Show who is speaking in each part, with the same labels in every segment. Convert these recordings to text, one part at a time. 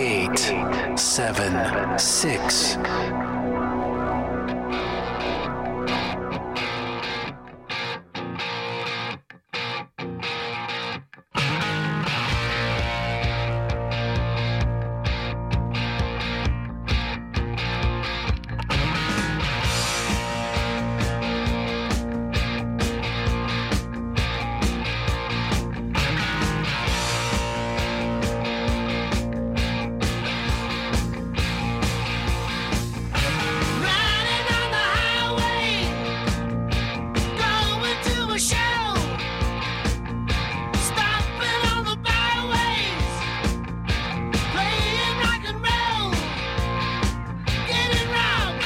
Speaker 1: 8, 7, 6.
Speaker 2: Riding on the highway, going to a show. Stopping on the byways, playing rock and roll. Getting robbed,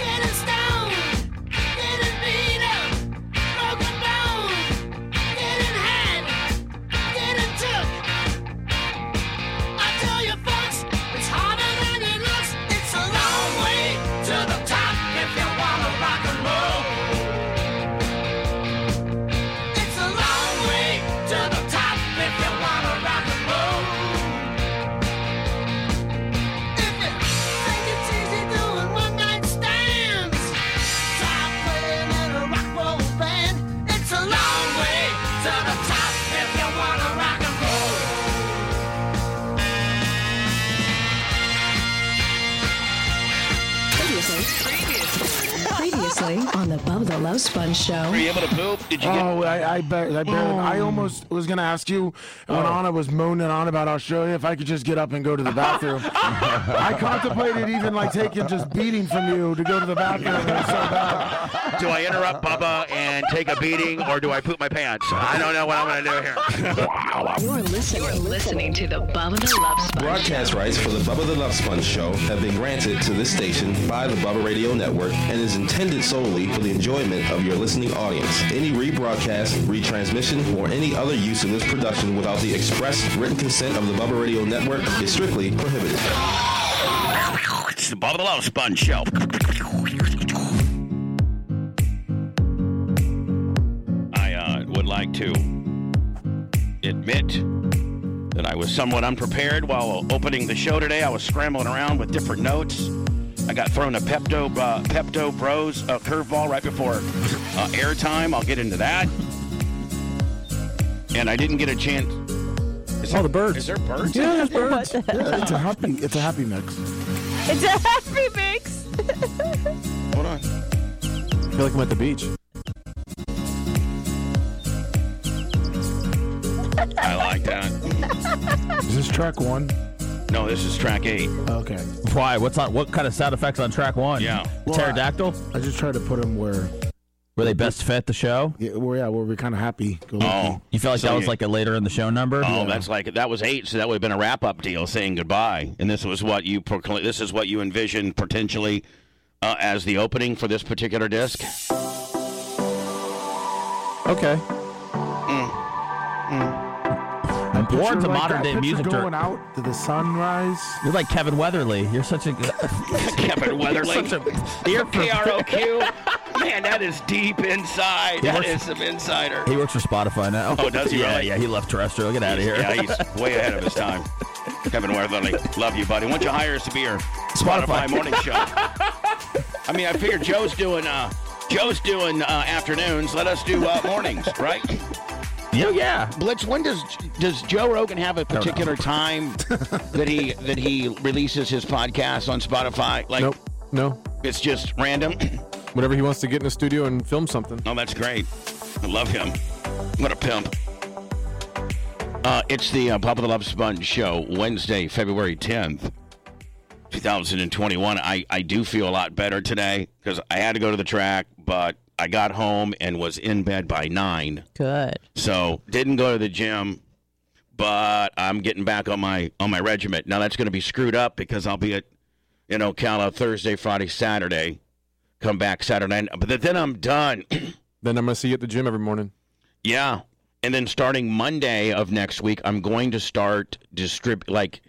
Speaker 2: getting stoned, getting beat up, broken bones, getting had, getting took. I tell you, folks, it's harder than it looks. It's a long way to the top if you wanna rock and roll. It's a long way to the top if you wanna rock and roll. If you think it's easy doing one night stands, try playing in a rock roll band. It's a long way to the top if you wanna rock and roll.
Speaker 3: Previously on the Bubba the Love Sponge Show.
Speaker 4: Were you able to poop? Did you get?
Speaker 5: Oh, I I, bar- I, barely, I almost was gonna ask you when Anna was moaning on about Australia if I could just get up and go to the bathroom. I contemplated even like taking just beating from you to go to the bathroom. It was so bad.
Speaker 4: Do I interrupt Bubba and take a beating, or do I poop my pants? I don't know what I'm gonna do here.
Speaker 3: You're listening. You're listening to the Bubba the Love Sponge.
Speaker 6: Broadcast rights for the Bubba the Love Sponge show have been granted to this station by the Bubba Radio Network and is intended solely for the enjoyment of your listening audience. Any rebroadcast, retransmission, or any other use of this production without the express written consent of the Bubba Radio Network is strictly prohibited.
Speaker 4: Oh, It's the Bubba the Love Sponge Show. I uh, would like to admit that I was somewhat unprepared while opening the show today. I was scrambling around with different notes. I got thrown a Pepto uh, Pepto Bros uh, curveball right before uh, airtime. I'll get into that. And I didn't get a chance. Is
Speaker 5: Oh, the
Speaker 4: there-
Speaker 5: birds.
Speaker 4: Is there birds?
Speaker 5: Yeah, there's birds. Yeah, it's a happy it's a happy mix.
Speaker 7: It's a happy mix.
Speaker 4: Hold on.
Speaker 5: I feel like I'm at the beach.
Speaker 4: I like that.
Speaker 5: Is this track one?
Speaker 4: No, this is track eight.
Speaker 5: Okay.
Speaker 8: Why? What's on? What kind of sound effects on track one?
Speaker 4: Yeah.
Speaker 8: The pterodactyl.
Speaker 5: I just tried to put them where
Speaker 8: Were they best fit the show?
Speaker 5: yeah, where yeah, where we're kind of happy. Go
Speaker 4: Oh,
Speaker 8: You felt like
Speaker 4: So
Speaker 8: that was
Speaker 4: you-
Speaker 8: like a later in the show number.
Speaker 4: Oh, that's like that was eight, so that would have been a wrap-up deal, saying goodbye. And this was what you procl- this is what you envisioned potentially uh, as the opening for this particular disc.
Speaker 5: Oh.
Speaker 8: okay. I'm
Speaker 5: Mm. Picture
Speaker 8: bored to
Speaker 5: like
Speaker 8: modern
Speaker 5: that.
Speaker 8: day
Speaker 5: Picture
Speaker 8: music. dir-
Speaker 5: going out to the sunrise.
Speaker 8: You're like Kevin Weatherly. You're such a
Speaker 4: Kevin Weatherly,
Speaker 8: such a ear for
Speaker 4: KROQ. Man, that is deep inside. That
Speaker 8: works-
Speaker 4: is some insider.
Speaker 8: He works for Spotify now.
Speaker 4: Oh, does he
Speaker 8: Yeah,
Speaker 4: really?
Speaker 8: yeah. He left terrestrial. Get out of here.
Speaker 4: Yeah, he's way ahead of his time. Kevin Weatherly, love you, buddy. Why don't you hire us to be your Spotify,
Speaker 8: Spotify.
Speaker 4: morning show? I mean, I figured Joe's doing uh, Joe's doing uh, afternoons. Let us do uh, mornings, right?
Speaker 8: yeah, Oh, yeah.
Speaker 4: Blitz, when does does Joe Rogan have a particular time that he that he releases his podcast on Spotify? Like,
Speaker 5: Nope.
Speaker 9: No,
Speaker 4: It's just random.
Speaker 9: whenever he wants to get in the studio and film something.
Speaker 4: Oh, that's great. I love him. What a pimp. Uh, it's the uh, Papa the Love Sponge show, Wednesday, February 10th, 2021. I, I do feel a lot better today because I had to go to the track, but I got home and was in bed by 9.
Speaker 7: Good.
Speaker 4: So didn't go to the gym, but I'm getting back on my on my regiment. Now that's going to be screwed up because I'll be at in Ocala uh, Thursday, Friday, Saturday, come back Saturday, night. but then I'm done.
Speaker 9: Then I'm gonna see you at the gym every morning.
Speaker 4: Yeah. And then starting Monday of next week, I'm going to start distrib like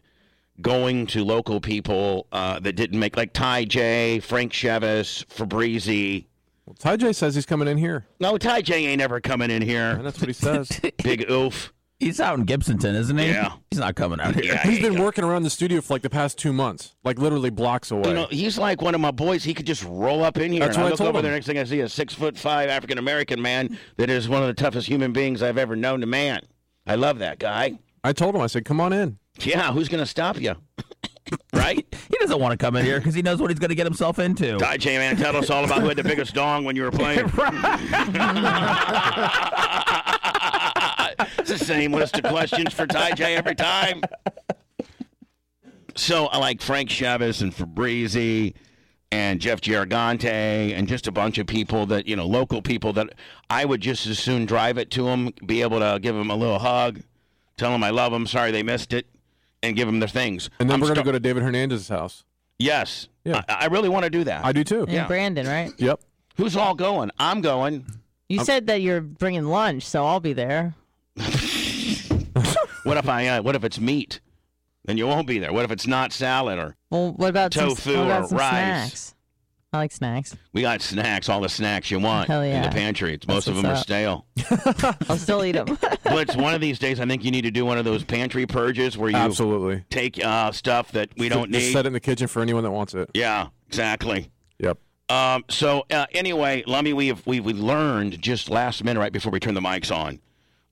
Speaker 4: going to local people uh, that didn't make like Ty J, Frank Chevis, Fabrizi.
Speaker 9: Well, Ty J says he's coming in here,
Speaker 4: No, Ty J ain't ever coming in
Speaker 9: and
Speaker 4: here.
Speaker 9: that's what he says.
Speaker 4: Big oof.
Speaker 8: He's out in Gibsonton, isn't he?
Speaker 4: Yeah.
Speaker 8: He's not coming out here.
Speaker 4: Yeah,
Speaker 9: he's
Speaker 4: yeah.
Speaker 9: been working around the studio for like the past two months, like literally blocks away.
Speaker 4: You know, he's like one of my boys. He could just roll up in here.
Speaker 9: That's
Speaker 4: and
Speaker 9: what I
Speaker 4: look
Speaker 9: told
Speaker 4: over
Speaker 9: him.
Speaker 4: there. Next thing I see, a six foot five African American man that is one of the toughest human beings I've ever known to man. I love that guy.
Speaker 9: I told him, I said, "Come on in."
Speaker 4: Yeah, who's gonna stop you? right?
Speaker 8: He doesn't want to come in here because he knows what he's going to get himself into.
Speaker 4: Ty J man, tell us all about who had the biggest dong when you were playing. it's the same list of questions for Ty J every time. So I like Frank Chavez and Fabrizi and Jeff Giargante and just a bunch of people that, you know, local people that I would just as soon drive it to them, be able to give them a little hug, tell them I love them, sorry they missed it, and give them their things.
Speaker 9: And then
Speaker 4: I'm
Speaker 9: we're gonna
Speaker 4: sta-
Speaker 9: go to David Hernandez's house.
Speaker 4: Yes.
Speaker 9: Yeah.
Speaker 4: I, I really want to do that.
Speaker 9: I do too.
Speaker 7: And Brandon, right?
Speaker 9: Yep.
Speaker 4: Who's all going? I'm going.
Speaker 7: You said that you're bringing lunch, so I'll be there.
Speaker 4: What if I? Uh, what if it's meat? Then you won't be there. What if it's not salad or
Speaker 7: Well, what about
Speaker 4: Tofu
Speaker 7: some, what about
Speaker 4: or
Speaker 7: some
Speaker 4: rice.
Speaker 7: snacks? I like snacks.
Speaker 4: we got snacks, all the snacks you want
Speaker 7: Hell
Speaker 4: in the
Speaker 7: yeah.
Speaker 4: pantry. It's most of
Speaker 7: what's
Speaker 4: them are
Speaker 7: up.
Speaker 4: stale.
Speaker 7: I'll still eat them.
Speaker 4: but it's one of these days. I think you need to do one of those pantry purges where you
Speaker 9: Absolutely.
Speaker 4: take uh, stuff that we don't
Speaker 9: Just
Speaker 4: need.
Speaker 9: set it in the kitchen for anyone that wants it.
Speaker 4: Yeah, exactly.
Speaker 9: Yep.
Speaker 4: Um, so uh, anyway, Lummy, we have we, we learned just last minute, right before we turned the mics on,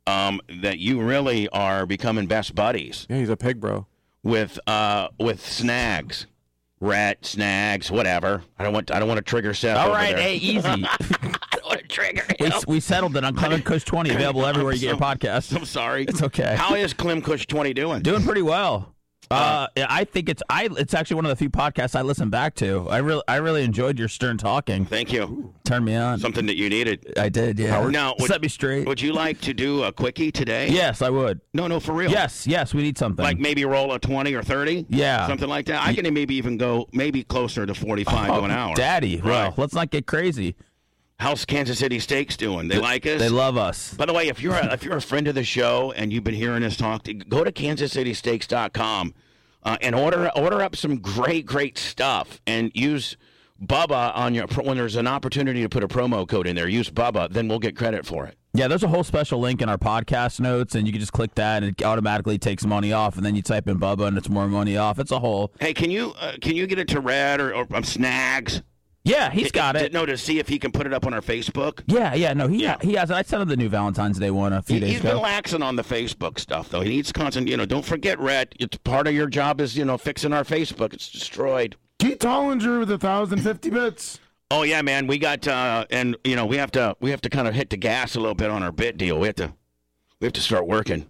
Speaker 4: um, that you really are becoming best buddies.
Speaker 9: Yeah, he's a pig, bro.
Speaker 4: with uh with snags, rat snags, whatever. I don't want I don't want to trigger Seth.
Speaker 8: All
Speaker 4: over
Speaker 8: right,
Speaker 4: there.
Speaker 8: hey, easy.
Speaker 4: I don't want to trigger
Speaker 8: we,
Speaker 4: him.
Speaker 8: we settled it on Clement Cush 20, available everywhere you get your
Speaker 4: I'm
Speaker 8: podcast.
Speaker 4: sorry.
Speaker 8: It's okay.
Speaker 4: How is Clem Cush twenty doing?
Speaker 8: Doing pretty well. Uh, yeah, I think it's I. It's actually one of the few podcasts I listen back to. I really, I really enjoyed your stern talking.
Speaker 4: Thank you.
Speaker 8: Turned me on.
Speaker 4: Something that you needed.
Speaker 8: I did, yeah.
Speaker 4: Howard? Now, would-
Speaker 8: set me straight.
Speaker 4: Would you like to do a quickie today?
Speaker 8: yes, I would.
Speaker 4: No, no, for real.
Speaker 8: Yes, yes, we need something.
Speaker 4: Oh. Like maybe roll a twenty or thirty.
Speaker 8: Yeah.
Speaker 4: Something like that. I can maybe even go maybe closer to forty-five to an hour.
Speaker 8: Oh, Daddy,
Speaker 4: Right.
Speaker 8: well, let's not get crazy.
Speaker 4: How's Kansas City Steaks doing? They like us.
Speaker 8: They love us.
Speaker 4: By the way, if you're a, if you're a friend of the show and you've been hearing us talk, go to kansascitysteaks.com uh, and order order up some great great stuff and use Bubba on your when there's an opportunity to put a promo code in there. Use Bubba, then we'll get credit for it.
Speaker 8: Yeah, there's a whole special link in our podcast notes, and you can just click that, and it automatically takes money off. And then you type in Bubba, and it's more money off. It's a whole.
Speaker 4: Hey, can you uh, can you get it to Red or, or um, Snags?
Speaker 8: Yeah, he's got it.
Speaker 4: No, to see if he can put it up on our Facebook.
Speaker 8: Yeah, yeah, no, he
Speaker 4: Yeah.
Speaker 8: he has it. I sent him the new Valentine's Day one a few
Speaker 4: He,
Speaker 8: days
Speaker 4: has
Speaker 8: ago.
Speaker 4: been laxing on the Facebook stuff though. He needs constant. You know, don't forget Red. It's part of your job is you know fixing our Facebook. It's destroyed.
Speaker 5: Keith Tollinger with 1,050 bits.
Speaker 4: Oh yeah, man. We got uh, and you know we have to we have to kind of hit the gas a little bit on our bit deal. We have to we have to start working.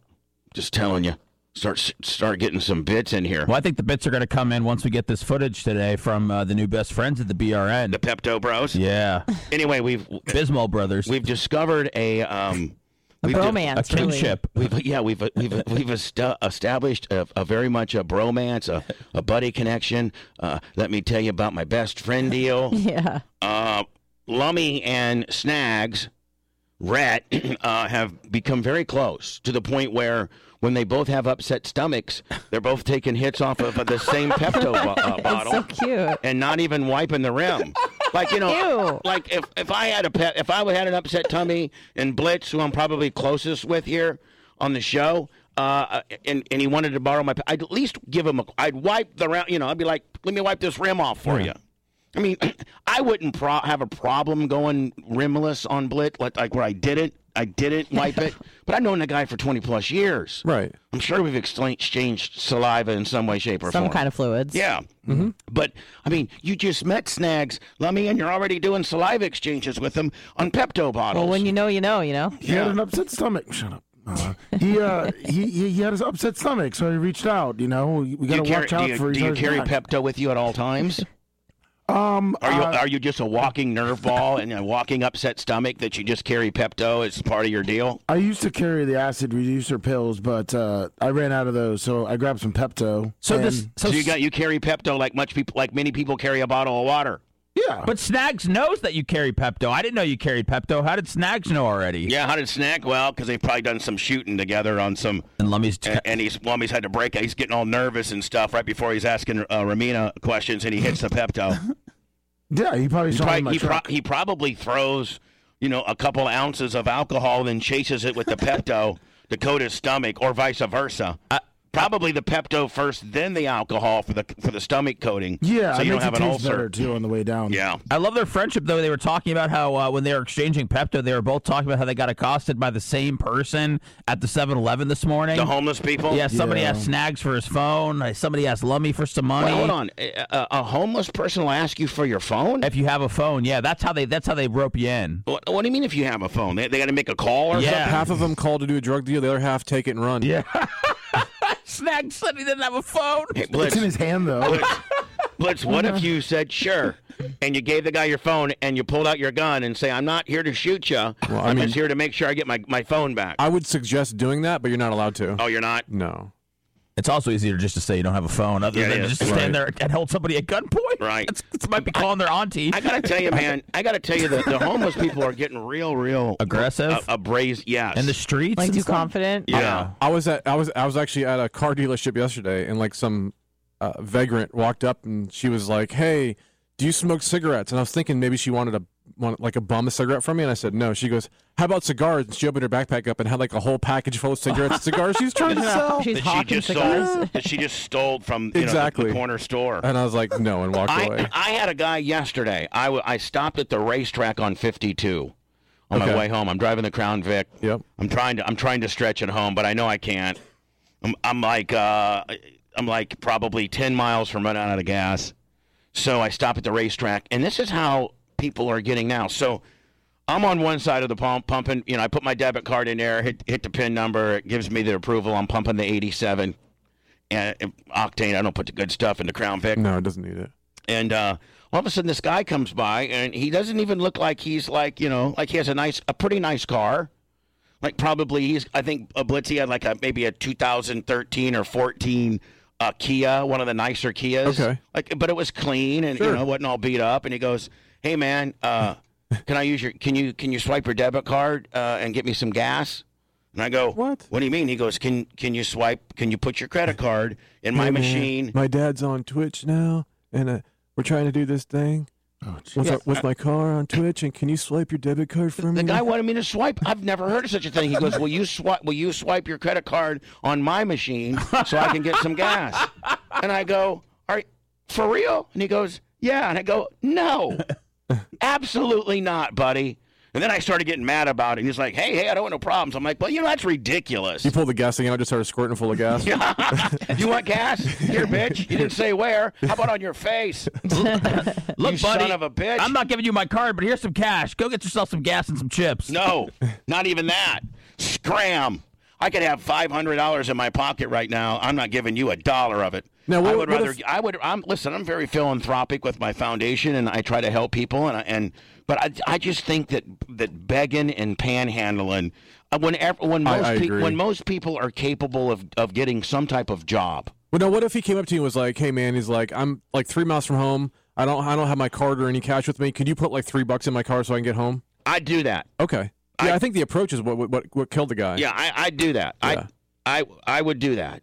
Speaker 4: Just telling you, start start getting some bits in here.
Speaker 8: well, I think the bits are going to come in once we get this footage today from uh, the new best friends at the BRN.
Speaker 4: The Pepto Bros.
Speaker 8: yeah,
Speaker 4: Anyway, we've
Speaker 8: Bismol brothers,
Speaker 4: we've discovered a um. We've
Speaker 8: a
Speaker 7: Bromance, really.
Speaker 8: kinship.
Speaker 4: We've, yeah, we've we've we've esta- established a, a very much a bromance, a, a buddy connection. Uh, let me tell you about my best friend deal.
Speaker 7: Yeah.
Speaker 4: uh, Lummy and Snags, Rat, uh, have become very close to the point where when they both have upset stomachs, they're both taking hits off of the same Pepto bo- uh, bottle
Speaker 7: So cute.
Speaker 4: and not even wiping the rim. Like you know,
Speaker 7: Ew.
Speaker 4: like if, if I had a pet, if I would had an upset tummy and Blitz, who I'm probably closest with here on the show, uh, and and he wanted to borrow my, pe- I'd at least give him a, I'd wipe the round, you know, I'd be like, let me wipe this rim off for you. I mean, I wouldn't pro- have a problem going rimless on Blit, like, like where I did it, I didn't wipe it, but I've known the guy for 20 plus years.
Speaker 9: Right.
Speaker 4: I'm sure we've excla- exchanged saliva in some way, shape, or
Speaker 7: Some
Speaker 4: form.
Speaker 7: kind of fluids.
Speaker 4: Yeah. Mm-hmm. But, I mean, you just met Snags, Lummy, and you're already doing saliva exchanges with him on Pepto bottles.
Speaker 7: Well, when you know, you know, you know.
Speaker 5: He had an upset stomach. Shut up. Uh, he, uh, he he he had his upset stomach, so he reached out. You know, we
Speaker 4: Do
Speaker 5: gotta
Speaker 4: you carry,
Speaker 5: watch out
Speaker 4: do you,
Speaker 5: for each
Speaker 4: do you
Speaker 5: other's
Speaker 4: carry
Speaker 5: back.
Speaker 4: Pepto with you at all times?
Speaker 5: Um,
Speaker 4: Are you
Speaker 5: uh,
Speaker 4: are you just a walking nerve ball and a walking upset stomach that you just carry Pepto as part of your deal?
Speaker 5: I used to carry the acid reducer pills, but uh, I ran out of those, so I grabbed some Pepto.
Speaker 8: So
Speaker 5: and-
Speaker 8: this, so,
Speaker 4: So you got you carry Pepto like much people like many people carry a bottle of water.
Speaker 5: yeah,
Speaker 8: but Snags knows that you carry Pepto. I didn't know you carried Pepto. How did Snags know already?
Speaker 4: Yeah, how did Snack? Well, because they've probably done some shooting together on some,
Speaker 8: And Lummy's
Speaker 4: and, and he's Lummy's had to break. He's getting all nervous and stuff right before he's asking uh, Ramina questions, and he hits the Pepto.
Speaker 5: yeah, he probably saw me in
Speaker 4: Probably-
Speaker 5: my
Speaker 4: he, pro-
Speaker 5: truck.
Speaker 4: he probably throws you know a couple ounces of alcohol and chases it with the Pepto to coat his stomach, or vice versa. probably the Pepto first, then the alcohol for the for the stomach coating.
Speaker 5: yeah,
Speaker 4: so
Speaker 5: it
Speaker 4: you don't
Speaker 5: makes
Speaker 4: have
Speaker 5: it
Speaker 4: an
Speaker 5: taste
Speaker 4: ulcer.
Speaker 5: better um, too on the way down.
Speaker 4: Yeah.
Speaker 8: I love their friendship though. They were talking about how uh, when they were exchanging Pepto, they were both talking about how they got accosted by the same person at the 7-Eleven this morning.
Speaker 4: The homeless people.
Speaker 8: yeah, somebody
Speaker 5: Yeah.
Speaker 8: asked Snags for his phone. uh, Somebody asked Lummy for some money.
Speaker 4: Wait, hold on. A, a- a homeless person will ask you for your phone.
Speaker 8: If you have a phone, yeah, that's how they that's how they rope you in.
Speaker 4: What, what do you mean if you have a phone? They, they got to make a call or
Speaker 8: Yeah.
Speaker 4: something.
Speaker 9: Half of them call to do a drug deal, the other half take it and run.
Speaker 5: yeah,
Speaker 8: Snags said he didn't have a phone.
Speaker 4: Hey,
Speaker 5: it's
Speaker 4: Blitz,
Speaker 5: in his hand though.
Speaker 4: Blitz, Blitz, what if you said sure, and you gave the guy your phone, and you pulled out your gun and say, "I'm not here to shoot you.
Speaker 9: I
Speaker 4: I'm
Speaker 9: mean-
Speaker 4: just here to make sure I get my, my phone back."
Speaker 9: I would suggest doing that, but you're not allowed to.
Speaker 4: oh, you're not.
Speaker 9: No.
Speaker 8: It's also easier just to say you don't have a phone, other
Speaker 4: Yeah,
Speaker 8: than
Speaker 4: yeah,
Speaker 8: just to stand there and hold somebody at gunpoint.
Speaker 4: Right.
Speaker 8: It's, it might be calling their auntie.
Speaker 4: I gotta tell you, man. I gotta tell you that the homeless people are getting real, real
Speaker 8: Aggressive?
Speaker 4: a- abrasive. Yes.
Speaker 8: in the streets.
Speaker 7: Like
Speaker 8: and
Speaker 7: too
Speaker 8: stuff.
Speaker 7: confident.
Speaker 4: yeah.
Speaker 9: I was at I was I was actually at a car dealership yesterday, and like some uh, vagrant walked up, and she was like, "Hey, do you smoke cigarettes?" And I was thinking maybe she wanted a wanted like a bum a cigarette from me, and I said no. She goes, "How about cigars?" And she opened her backpack up and had like a whole package full of cigarettes, and cigars she was trying to sell.
Speaker 7: She's
Speaker 4: That she
Speaker 7: hawking
Speaker 4: just
Speaker 7: cigars.
Speaker 4: sold. That she just stole from you know, the-
Speaker 9: Exactly. Oh,
Speaker 4: the corner store.
Speaker 9: And I was like, "No," and walked
Speaker 4: I,
Speaker 9: away.
Speaker 4: I had a guy yesterday. I, w- I stopped at the racetrack on 52 on my
Speaker 9: Okay.
Speaker 4: way home. I'm driving the Crown Vic.
Speaker 9: Yep.
Speaker 4: I'm trying to I'm trying to stretch it home, but I know I can't. I'm, I'm like uh, I'm like probably 10 miles from running out of gas. So I stop at the racetrack, and this is how people are getting now. So I'm on one side of the pump, pumping. You know, I put my debit card in there, hit hit the pin number, it gives me the approval. I'm pumping the 87 and and octane. I don't put the good stuff in the Crown Vic.
Speaker 9: No, it doesn't need it.
Speaker 4: And uh, all of a sudden, this guy comes by, and he doesn't even look like he's like you know, like he has a nice, a pretty nice car. Like probably he's, I think a Blitzy had like a maybe a 2013 or 14 uh, Kia, one of the nicer Kias.
Speaker 9: Okay.
Speaker 4: Like, but it was clean and you know wasn't all beat up. And he goes, "Hey man, uh, can I use your? Can you can you swipe your debit card uh, and get me some gas?" And I go,
Speaker 9: What?
Speaker 4: What do you mean?" He goes, "Can can you swipe? Can you put your credit card in my
Speaker 9: Hey, man,
Speaker 4: machine?"
Speaker 9: My dad's on Twitch now, and uh, we're trying to do this thing.
Speaker 5: Oh, jeez.
Speaker 9: With, with my car on Twitch, and can you swipe your debit card for me?
Speaker 4: The guy wanted me to swipe. I've never heard of such a thing. He goes, "Will you swipe? Will you swipe your credit card on my machine so I can get some gas?" And I go, "Are you- for real?" And he goes, "Yeah." And I go, "No, absolutely not, buddy." And then I started getting mad about it. And he's like, "Hey, hey, I don't want no problems." I'm like, "Well, you know that's ridiculous.
Speaker 9: You pulled the gas thing out, just started squirting full of gas.
Speaker 4: you want gas? Here, bitch. You didn't say where. How about on your face?
Speaker 8: Look,
Speaker 4: you
Speaker 8: buddy,
Speaker 4: son of a bitch.
Speaker 8: I'm not giving you my card, but here's some cash. Go get yourself some gas and some chips.
Speaker 4: No, not even that. Scram. I could have five hundred dollars in my pocket right now. I'm not giving you a dollar of it.
Speaker 9: Now, what-
Speaker 4: I would
Speaker 9: what
Speaker 4: rather.
Speaker 9: if-
Speaker 4: I would. I'm listen. I'm very philanthropic with my foundation, and I try to help people. And I- and but I, I just think that that begging and panhandling. uh, Whenever when
Speaker 9: I-
Speaker 4: most
Speaker 9: I
Speaker 4: pe-
Speaker 9: agree.
Speaker 4: when most people are capable of of getting some type of job.
Speaker 9: Well, now what if he came up to you and was like, "Hey, man," he's like, "I'm like three miles from home. I don't, I don't have my card or any cash with me. Could you put like three bucks in my car so I can get home?"
Speaker 4: I do that.
Speaker 9: Okay. Yeah, I, think the approach is what what- what what killed the guy.
Speaker 4: Yeah, I, I do that.
Speaker 9: Yeah.
Speaker 4: I, I I would do that.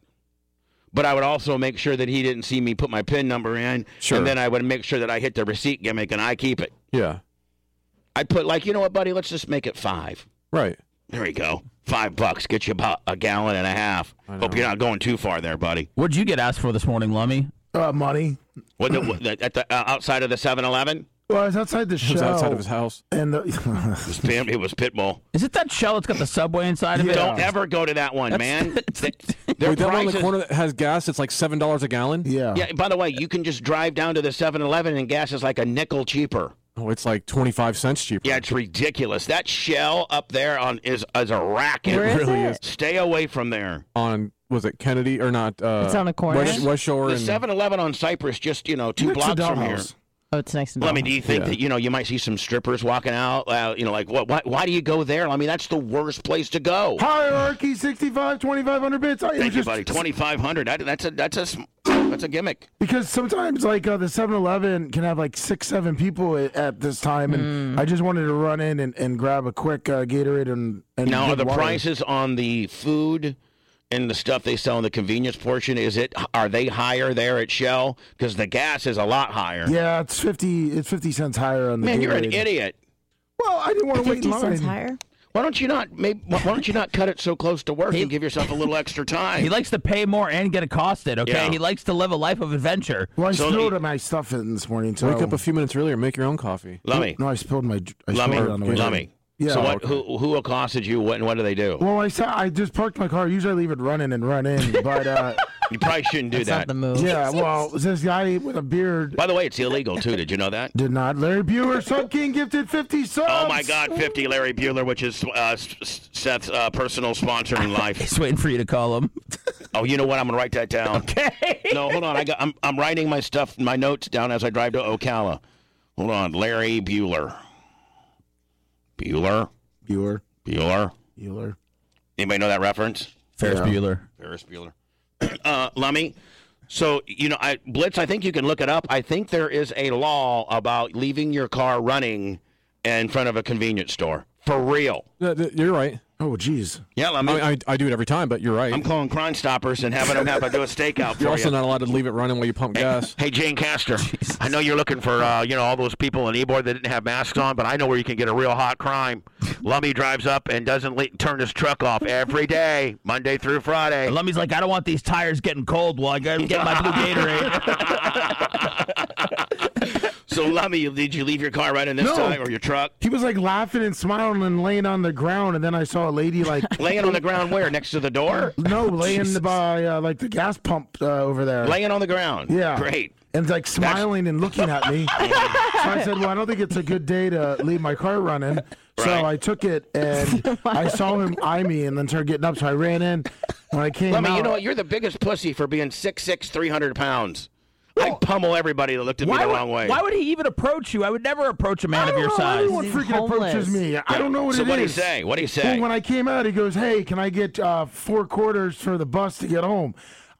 Speaker 4: But I would also make sure that he didn't see me put my PIN number in.
Speaker 9: Sure.
Speaker 4: And then I would make sure that I hit the receipt gimmick and I keep it.
Speaker 9: Yeah.
Speaker 4: I'd put like, you know what, buddy, let's just make it five.
Speaker 9: Right.
Speaker 4: There we go. Five bucks. Get you about a gallon and a half. Hope you're not going too far there, buddy.
Speaker 8: What'd you get asked for this morning, Lummy?
Speaker 5: Uh, money.
Speaker 4: What the, what, the- at the uh, outside of the 7-Eleven?
Speaker 5: Well, I was outside the show.
Speaker 9: house.
Speaker 5: And the,
Speaker 4: Damn, it was Pitbull.
Speaker 8: Is it that shell that's got the subway inside of it?
Speaker 4: Don't ever go to that one, man. Th- their
Speaker 9: Wait, that one in the
Speaker 4: prices-
Speaker 9: corner that has gas, it's like seven dollars a gallon.
Speaker 4: Yeah, by the way, you can just drive down to the 7-Eleven and gas is like a nickel cheaper.
Speaker 9: Oh, it's like twenty five cents cheaper.
Speaker 4: Yeah, it's ridiculous. That shell up there on is is a racket.
Speaker 9: Where is really it? is.
Speaker 4: Stay away from there.
Speaker 9: On was it Kennedy or not? Uh,
Speaker 7: It's on the corner.
Speaker 9: West, West Shore
Speaker 4: The
Speaker 9: and
Speaker 4: 7-Eleven on Cypress, just you know, two
Speaker 9: Next to
Speaker 4: blocks from here.
Speaker 9: Dollhouse.
Speaker 7: Oh, it's next to
Speaker 4: Well, I mean, do you think
Speaker 9: Yeah.
Speaker 4: that you know you might see some strippers walking out? Uh, you know, like what? Why, why do you go there? I mean, that's the worst place to go.
Speaker 5: Hierarchy 65, 2500 bits.
Speaker 9: Oh,
Speaker 5: I, it
Speaker 4: Thank you,
Speaker 5: just-
Speaker 4: buddy. Twenty five hundred. That's a that's a sm- that's a gimmick.
Speaker 5: Because sometimes, like, uh, the 7 Eleven can have like six, seven people a- at this time. And
Speaker 4: Hmm.
Speaker 5: I just wanted to run in and, and grab a quick uh, Gatorade and, and
Speaker 4: Now, are
Speaker 5: good
Speaker 4: the
Speaker 5: water.
Speaker 4: prices on the food and the stuff they sell in the convenience portion is it are they higher there at Shell? Because the gas is a lot higher.
Speaker 5: Yeah, it's 50 It's 50 cents higher on the
Speaker 4: Man, you're an
Speaker 5: Gatorade.
Speaker 4: idiot.
Speaker 5: Well, I didn't want to wait in
Speaker 7: 50
Speaker 5: line.
Speaker 7: cents higher?
Speaker 4: Why don't you not maybe Why why don't you not cut it so close to work
Speaker 8: He-
Speaker 4: and give yourself a little extra
Speaker 8: He
Speaker 4: time?
Speaker 8: likes to pay more and get accosted. Okay,
Speaker 4: Yeah.
Speaker 8: he likes to live a life of adventure.
Speaker 5: Well, I
Speaker 4: So
Speaker 5: spilled
Speaker 4: the-
Speaker 5: my stuff in this morning. So
Speaker 9: wake up a few minutes earlier. Make your own coffee.
Speaker 4: Lummy,
Speaker 5: No, I spilled my. I
Speaker 4: Lummy,
Speaker 5: spilled it on the way. down.
Speaker 4: Lummy.
Speaker 5: Yeah.
Speaker 4: So what? Who who accosted you? What and what do they do?
Speaker 5: Well, I sa I just parked my car. Usually, I leave it running and run in, but uh,
Speaker 4: You probably shouldn't do
Speaker 7: That's not
Speaker 4: that.
Speaker 7: the move.
Speaker 5: yeah. Well, this guy with a beard
Speaker 4: By the way, it's illegal too. Did you know that?
Speaker 5: did not. Larry Bueller, Sub King, gifted fifty subs.
Speaker 4: Oh my God, 50 Larry Bueller, which is uh, S- S- Seth's uh, personal sponsor in life.
Speaker 8: He's waiting for you to call him.
Speaker 4: Oh, you know what? I'm gonna write that down.
Speaker 8: Okay.
Speaker 4: No, hold on. I got. I'm, I'm writing my stuff, my notes down as I drive to Ocala. Hold on, Larry Bueller. Bueller.
Speaker 5: Bueller,
Speaker 4: Bueller.
Speaker 5: Bueller.
Speaker 4: Anybody know that reference?
Speaker 8: Ferris Bueller.
Speaker 4: Ferris Bueller. uh, Lummy. So you know, I Blitz. I think you can look it up. I think there is a law about leaving your car running in front of a convenience store for real.
Speaker 9: Yeah, th- You're right.
Speaker 5: Oh, jeez.
Speaker 4: Yeah,
Speaker 9: I,
Speaker 4: Lummy.
Speaker 9: mean, I, I do it every time, but you're right.
Speaker 4: I'm calling Crime Stoppers and having them have a do a stakeout for
Speaker 9: you're also
Speaker 4: you.
Speaker 9: not allowed to leave it running while you pump gas.
Speaker 4: Hey Jane Castor, I know you're looking for uh, you know all those people in Ebor that didn't have masks on, but I know where you can get a real hot crime. Lummy drives up and doesn't le- turn his truck off every day, Monday through Friday.
Speaker 8: And Lummy's like, I don't want these tires getting cold while I go get my blue Gatorade.
Speaker 4: So Lummy, did you leave your car right in this
Speaker 5: No.
Speaker 4: time or your truck?
Speaker 5: He was like laughing and smiling and laying on the ground, and then I saw a lady like
Speaker 4: Laying on the ground where? Next to the door?
Speaker 5: no laying by uh, like the gas pump uh, over there.
Speaker 4: Laying on the ground.
Speaker 5: Yeah.
Speaker 4: Great.
Speaker 5: and like smiling and looking at me. so I said, "Well, I don't think it's a good day to leave my car running."
Speaker 4: Right.
Speaker 5: So I took it and I saw him eye me and then started getting up. So I ran in. When I came
Speaker 4: Lummy,
Speaker 5: out,
Speaker 4: you know what? You're the biggest pussy for being 6'6", 300 pounds. I pummel everybody that looked at me the
Speaker 8: would,
Speaker 4: wrong way.
Speaker 8: why would he even approach you? I would never approach a man
Speaker 5: I
Speaker 8: of
Speaker 5: don't
Speaker 8: your
Speaker 5: know how
Speaker 8: size.
Speaker 5: Everyone
Speaker 7: He's
Speaker 5: Oh, freaking approaches
Speaker 7: homeless.
Speaker 5: me. I don't know what
Speaker 4: so
Speaker 5: it
Speaker 4: what do you
Speaker 5: is.
Speaker 4: say? What do you say?
Speaker 5: Well, when I came out, he goes, "Hey, can I get uh, four quarters for the bus to get home?"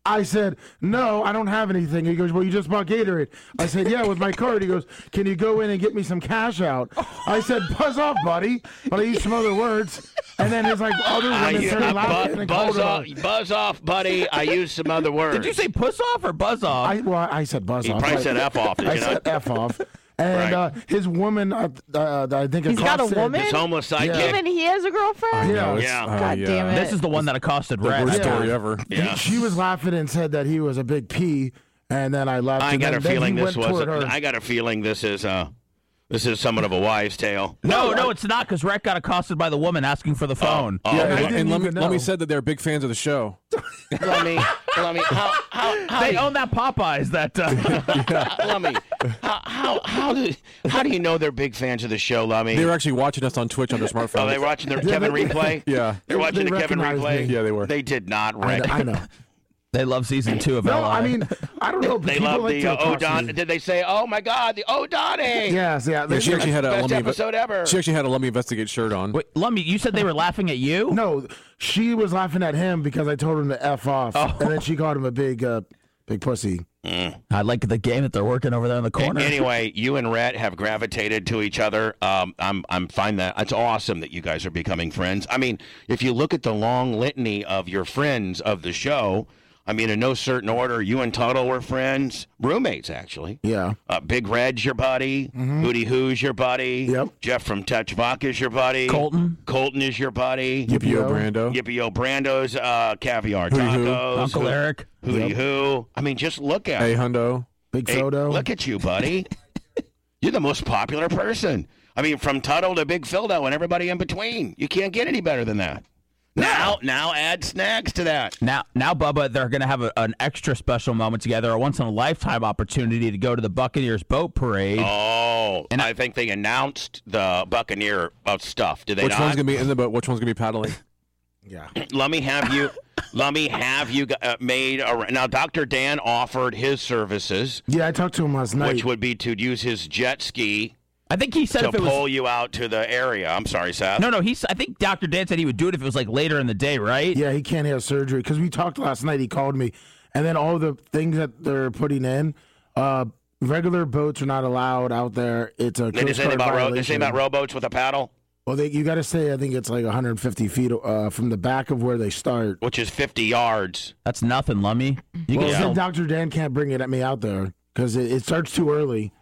Speaker 5: I said, "No, I don't have anything." He goes, "Well, you just bought Gatorade." I said, "Yeah, with my card." He goes, "Can you go in and get me some cash out?" I said, "Buzz off, buddy!" But I used some other words, and then his like other
Speaker 4: I
Speaker 5: women
Speaker 4: u-
Speaker 5: started laughing
Speaker 4: bu-
Speaker 5: and called
Speaker 4: buzz
Speaker 5: him
Speaker 4: off,
Speaker 5: out.
Speaker 4: buzz off, buddy. I used some other words.
Speaker 8: Did you say puss off or buzz off?
Speaker 5: I well, I said buzz
Speaker 4: He
Speaker 5: off.
Speaker 4: probably
Speaker 5: I-
Speaker 4: said F off, did
Speaker 5: I
Speaker 4: you
Speaker 5: said
Speaker 4: not?
Speaker 5: f off. And
Speaker 4: Right.
Speaker 5: uh, his woman, uh, uh, I think
Speaker 7: He's got a
Speaker 5: accosted-
Speaker 7: woman?
Speaker 4: His homeless sidekick.
Speaker 7: Even he has a girlfriend?
Speaker 5: Yeah.
Speaker 9: it's-
Speaker 4: Yeah.
Speaker 9: oh,
Speaker 7: God
Speaker 9: yeah.
Speaker 7: damn it.
Speaker 8: this is the one that accosted
Speaker 9: The
Speaker 8: Red.
Speaker 9: worst
Speaker 8: I
Speaker 5: Yeah.
Speaker 9: story ever.
Speaker 4: Yeah.
Speaker 5: She was laughing and said that he was a big P, and then I laughed.
Speaker 4: I
Speaker 5: and
Speaker 4: got
Speaker 5: then,
Speaker 4: a feeling
Speaker 5: then he
Speaker 4: this
Speaker 5: went
Speaker 4: was.
Speaker 5: toward her.
Speaker 4: I got a feeling this is. Uh, this is somewhat of a wives' tale.
Speaker 8: No, no, it's not because Rhett got accosted by the woman asking for the phone.
Speaker 4: Oh,
Speaker 5: I
Speaker 4: yeah,
Speaker 5: didn't
Speaker 9: And Lemmy,
Speaker 5: even
Speaker 9: Lemmy
Speaker 5: know.
Speaker 9: said that they're big fans of the show.
Speaker 4: Lummy, Lummy, how, how, how,
Speaker 8: they
Speaker 4: do-
Speaker 8: own that Popeyes. That uh,
Speaker 4: Lummy, how, how, how do, how do you know they're big fans of the show, Lummy?
Speaker 9: They were actually watching us on Twitch on
Speaker 5: Oh,
Speaker 9: their
Speaker 4: Are
Speaker 9: smartphone.
Speaker 4: they watching their Kevin replay?
Speaker 9: yeah.
Speaker 4: they're watching
Speaker 5: They
Speaker 4: the Kevin
Speaker 5: recognized
Speaker 4: replay.
Speaker 5: me.
Speaker 9: Yeah, they were.
Speaker 4: They did not.
Speaker 5: I know.
Speaker 4: Red.
Speaker 5: I know.
Speaker 8: they love season two of
Speaker 5: No,
Speaker 8: LI.
Speaker 5: I mean, I don't know. but
Speaker 4: They
Speaker 5: people
Speaker 4: love
Speaker 5: like
Speaker 4: the
Speaker 5: to
Speaker 4: uh,
Speaker 5: talk to
Speaker 4: O'Don.
Speaker 5: me.
Speaker 4: Did they say, "Oh my God, the O'Donnell"?
Speaker 5: Yes, yeah.
Speaker 9: Yeah,
Speaker 5: they-
Speaker 9: she actually had a
Speaker 4: Best
Speaker 9: Lemmy.
Speaker 4: episode ever.
Speaker 9: She actually had a Lemmy investigate shirt on.
Speaker 8: Wait, Lummy, you said they were laughing at you.
Speaker 5: no, she was laughing at him because I told him to f off,
Speaker 9: Oh.
Speaker 5: and then she called him a big, uh, big pussy.
Speaker 8: I like the game that they're working over there in the corner.
Speaker 4: Anyway, you and Rhett have gravitated to each other. Um, I'm I'm fine that it's awesome that you guys are becoming friends. I mean, if you look at the long litany of your friends of the show, I mean, in no certain order, you and Tuttle were friends, roommates actually.
Speaker 5: Yeah.
Speaker 4: Uh, Big Red's your buddy.
Speaker 9: Mm-hmm.
Speaker 4: Hootie Who's your buddy. Yep. Jeff from Touch Vodka is your buddy. Colton. Colton is your buddy.
Speaker 9: Yippee O Brando.
Speaker 4: Yippee O Brando's uh, Caviar
Speaker 9: Hootie Who.
Speaker 4: Tacos.
Speaker 9: Uncle
Speaker 4: Hoo-
Speaker 9: Eric.
Speaker 4: Hootie
Speaker 9: Yep.
Speaker 4: Who. I mean, just look at
Speaker 9: Hey, Hundo.
Speaker 5: Big
Speaker 4: Hey, Look at you, buddy. You're the most popular person. I mean, from Tuttle to Big Fildo and everybody in between. You can't get any better than that. Now, now add snacks to that.
Speaker 8: Now, now, Bubba, they're going to have a, an extra special moment together, a once in a lifetime opportunity to go to the Buccaneers boat parade.
Speaker 4: Oh, and I, think they announced the Buccaneer uh, stuff. Did they
Speaker 9: Which
Speaker 4: not?
Speaker 9: one's gonna be in the boat? Which one's gonna be paddling?
Speaker 4: let me have you. let me have you uh, made a. Now, Dr. Dan offered his services,
Speaker 5: Yeah, I talked to him last night.
Speaker 4: which would be to use his jet ski.
Speaker 8: I think he said
Speaker 4: to
Speaker 8: if it was-
Speaker 4: pull you out to the area. I'm sorry, Seth.
Speaker 8: No, no, he's. I think Doctor Dan said he would do it if it was like later in the day, right?
Speaker 5: Yeah, he can't have surgery because we talked last night. He called me, and then all the things that they're putting in, uh, regular boats are not allowed out there. It's a
Speaker 4: They
Speaker 5: Coast
Speaker 4: just say
Speaker 5: Guard
Speaker 4: about ro- they
Speaker 5: violation.
Speaker 4: say about rowboats with a paddle,
Speaker 5: Well, they, you got to say I think it's like 150 feet uh, from the back of where they start.
Speaker 4: which is 50 yards.
Speaker 8: That's nothing, Lummy. You
Speaker 5: well,
Speaker 8: can
Speaker 5: then
Speaker 8: still-
Speaker 5: Doctor Dan can't bring it at me out there because it, it starts too early.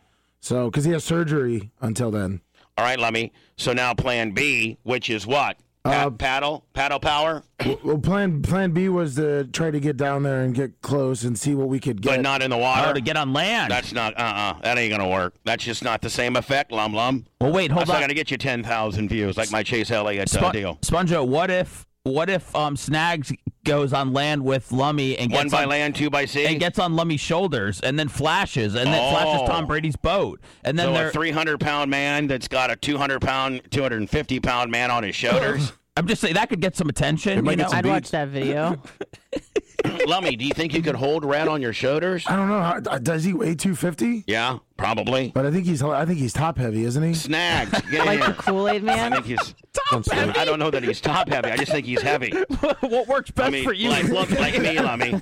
Speaker 5: So because he has surgery until then.
Speaker 4: All right, Lemmy. So now Plan B, which is what? Pa- paddle, paddle power,
Speaker 5: Well, plan Plan B was to try to get down there and get close and see what we could get.
Speaker 4: but not in the water.
Speaker 8: Oh, to get on land.
Speaker 4: That's not. Uh. uh That ain't gonna work. That's just not the same effect. Lum lum.
Speaker 8: well, wait, hold
Speaker 4: That's not
Speaker 8: on.
Speaker 4: gonna get you 10,000 views like my Chase Elliott uh,
Speaker 8: Spon-
Speaker 4: deal.
Speaker 8: Sponjo, what if what if um Snags goes on land with Lummy and gets
Speaker 4: One by
Speaker 8: on,
Speaker 4: land, two by sea.
Speaker 8: and gets on Lummy's shoulders and then flashes and then
Speaker 4: Oh.
Speaker 8: flashes Tom Brady's boat and then
Speaker 4: so
Speaker 8: they're
Speaker 4: a 300 pound man that's got a 200 pound, 250 pound man on his shoulders.
Speaker 8: I'm just saying that could get some attention.
Speaker 9: It might
Speaker 8: you
Speaker 9: get
Speaker 8: know?
Speaker 9: some
Speaker 7: I'd watch that video.
Speaker 4: Lummy, do you think you could hold Red on your shoulders?
Speaker 5: I don't know. How, does he weigh 250?
Speaker 4: Yeah, probably.
Speaker 5: But I think he's I think he's top heavy, isn't he?
Speaker 4: Snags. Get in
Speaker 7: like the
Speaker 4: here.
Speaker 7: Kool Aid
Speaker 4: I
Speaker 7: Man.
Speaker 4: think he's.
Speaker 9: Don't say it.
Speaker 4: I don't know that he's top heavy. I just think he's heavy.
Speaker 8: what works best
Speaker 4: I mean,
Speaker 8: for you?
Speaker 4: like look, like me, Lummy.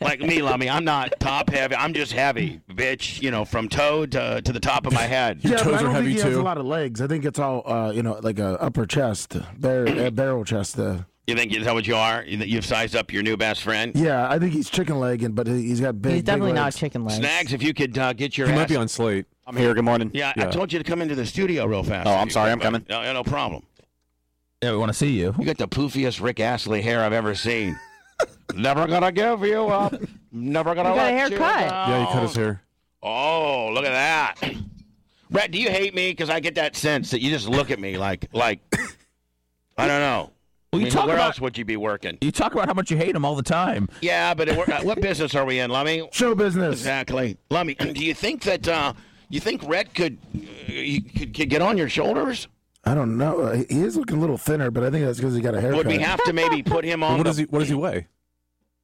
Speaker 4: Like me, Lummy. I'm not top heavy. I'm just heavy, bitch. You know, from toe to to the top of my head.
Speaker 9: Your
Speaker 5: yeah, but
Speaker 9: toes
Speaker 5: I
Speaker 9: are
Speaker 5: don't
Speaker 9: heavy,
Speaker 5: think he has
Speaker 9: too.
Speaker 5: a lot of legs. I think it's all uh, you know, like a upper chest, bar- uh, barrel chest. Uh,
Speaker 4: You think is that what you are? You think You've sized up your new best friend.
Speaker 5: yeah, I think he's chicken legging, but he- he's got big.
Speaker 7: He's
Speaker 5: big
Speaker 7: definitely not
Speaker 5: legs.
Speaker 7: chicken legs.
Speaker 4: Snags, if you could uh, get your
Speaker 9: He
Speaker 4: ass.
Speaker 9: might be on slate.
Speaker 10: I'm here. Good morning.
Speaker 4: yeah, I
Speaker 9: Yeah.
Speaker 4: told you to come into the studio real fast.
Speaker 10: Oh, I'm sorry, I'm coming.
Speaker 4: No, no problem.
Speaker 8: yeah, we want to see you.
Speaker 4: You got the poofiest Rick Astley hair I've ever seen. never gonna give you up. Never gonna
Speaker 7: You got a
Speaker 4: let
Speaker 7: haircut.
Speaker 4: down.
Speaker 9: Yeah, he cut his hair.
Speaker 4: Oh, look at that. Brett, do you hate me? Because I get that sense that you just look at me like, like, I don't know.
Speaker 8: Well,
Speaker 4: I
Speaker 8: you
Speaker 4: mean,
Speaker 8: talk
Speaker 4: where
Speaker 8: about
Speaker 4: else would you be working?
Speaker 8: you talk about how much you hate him all the time.
Speaker 4: Yeah, but it, wor- what business are we in, Lummy?
Speaker 5: Show business.
Speaker 4: Exactly, Lummy. Do you think that uh, you think Red could, uh, you could could get on your shoulders?
Speaker 5: I don't know. Uh, He is looking a little thinner, but I think that's because he got a haircut.
Speaker 4: Would we have to maybe put him on?
Speaker 9: What
Speaker 4: the-
Speaker 9: does he? What does he weigh?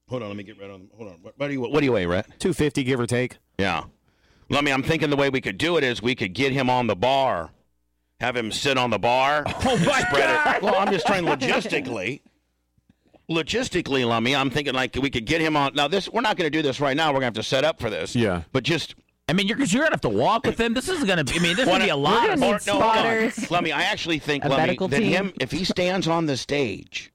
Speaker 4: Hold on, let me get Red on. Hold on. What, what do you what do you weigh, Red?
Speaker 10: 250, give or take.
Speaker 4: Yeah. Let me, I'm thinking the way we could do it is we could get him on the bar, have him sit on the bar. Oh, my God. Well, I'm just trying logistically. Logistically, Lummy, I'm thinking like we could get him on. Now, this we're not going to do this right now. We're going to have to set up for this.
Speaker 9: Yeah.
Speaker 4: But just
Speaker 8: I mean, you're because you're gonna have to walk with him. This is gonna. be I mean, this is
Speaker 4: Wanna-
Speaker 8: gonna be a lot. Of,
Speaker 7: need
Speaker 4: or, no, hold on.
Speaker 7: spotters.
Speaker 4: Lummy, I actually think
Speaker 7: A
Speaker 4: Lummy
Speaker 7: medical
Speaker 4: that
Speaker 7: team.
Speaker 4: him if he stands on the stage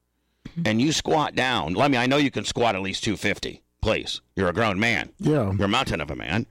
Speaker 4: and you squat down, Lummy, I know you can squat at least 250. Please, you're a grown man.
Speaker 5: Yeah.
Speaker 4: You're a mountain of a man.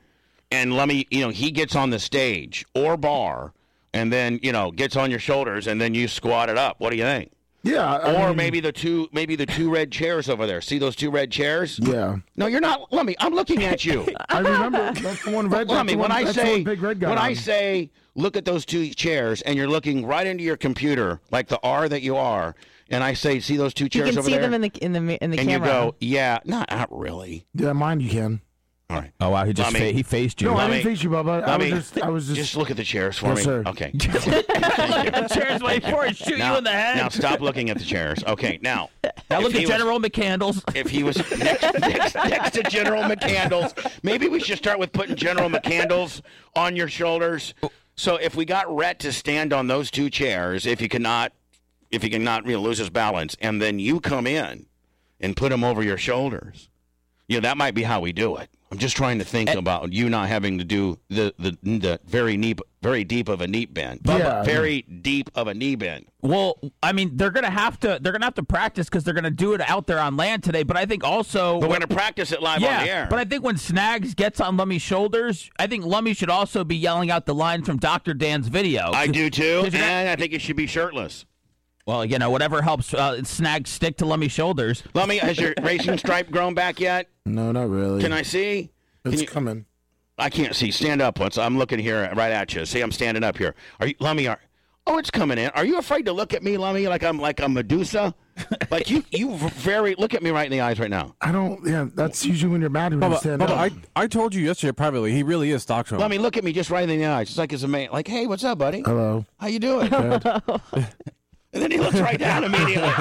Speaker 4: And let me, you know, he gets on the stage or bar and then, you know, gets on your shoulders and then you squat it up. What do you think?
Speaker 5: Yeah. I
Speaker 4: or
Speaker 7: Um,
Speaker 5: mean,
Speaker 4: maybe the two maybe the two red chairs over there. See those two red chairs?
Speaker 5: Yeah.
Speaker 4: No, you're not let me. I'm looking at you.
Speaker 5: I remember that's the one red.
Speaker 4: Let
Speaker 5: that's
Speaker 4: me
Speaker 5: the
Speaker 4: when
Speaker 5: one-
Speaker 4: I
Speaker 5: that's the
Speaker 4: say
Speaker 5: one big red guy.
Speaker 4: when I
Speaker 5: on.
Speaker 4: say look at those two chairs and you're looking right into your computer like the R that you are and I say see those two
Speaker 7: You
Speaker 4: chairs
Speaker 7: can
Speaker 4: over
Speaker 7: see
Speaker 4: there
Speaker 7: them in the in the mi- in the
Speaker 4: and you
Speaker 7: camera.
Speaker 4: go, yeah, not, not really.
Speaker 5: yeah, mine you can.
Speaker 4: All right.
Speaker 8: oh wow, he just
Speaker 4: Lummy.
Speaker 8: fa- he faced you.
Speaker 5: No, I
Speaker 4: Let me-
Speaker 5: didn't think you, Bubba. I was
Speaker 4: Let me-
Speaker 5: just, I was
Speaker 4: Just
Speaker 5: just.
Speaker 4: look at the chairs for
Speaker 5: Yes,
Speaker 4: me.
Speaker 5: sir.
Speaker 4: Okay.
Speaker 8: look at the chairs way before I shoot you in the head.
Speaker 4: Now stop looking at the chairs. Okay, now.
Speaker 8: now
Speaker 4: if
Speaker 8: look
Speaker 4: he
Speaker 8: at
Speaker 4: was-
Speaker 8: General McCandles.
Speaker 4: if he was next, next, next to General McCandles, maybe we should start with putting General McCandles on your shoulders. So if we got Rhett to stand on those two chairs, if he cannot, if he cannot you know, lose his balance, and then you come in and put him over your shoulders, you know that might be how we do it. I'm just trying to think about you not having to do the the, the very deep, very deep of a knee bend.
Speaker 8: Bubba, Yeah.
Speaker 4: Very deep of a knee bend.
Speaker 8: Well, I mean, they're gonna have to they're gonna have to practice because they're gonna do it out there on land today. But I think also
Speaker 4: But we're gonna practice it live on
Speaker 8: yeah,
Speaker 4: the air.
Speaker 8: But I think when Snags gets on Lummy's shoulders, I think Lummy should also be yelling out the line from Doctor Dan's video.
Speaker 4: I do too, and I think it should be shirtless.
Speaker 8: Well, you know, whatever helps uh, Snags stick to Lummy's shoulders.
Speaker 4: Lummy, has your racing stripe grown back yet?
Speaker 5: No, not really.
Speaker 4: Can I see? It's
Speaker 5: coming.
Speaker 4: I can't see. Stand up. Let's. I'm looking here right at you. See, I'm standing up here. Are you, Lummy? Are oh, it's coming in. Are you afraid to look at me, Lummy? Like I'm like I'm Medusa? like you you very look at me right in the eyes right now.
Speaker 5: I don't. Yeah, that's usually when you're mad when you
Speaker 9: Bubba,
Speaker 5: stand
Speaker 9: Bubba,
Speaker 5: up.
Speaker 9: I, I told you yesterday privately, he really is Stockholm.
Speaker 4: Lummy, look at me just right in the eyes. It's like it's a man. Like, hey, what's up, buddy?
Speaker 5: Hello.
Speaker 4: How you doing? And then he looks right down immediately.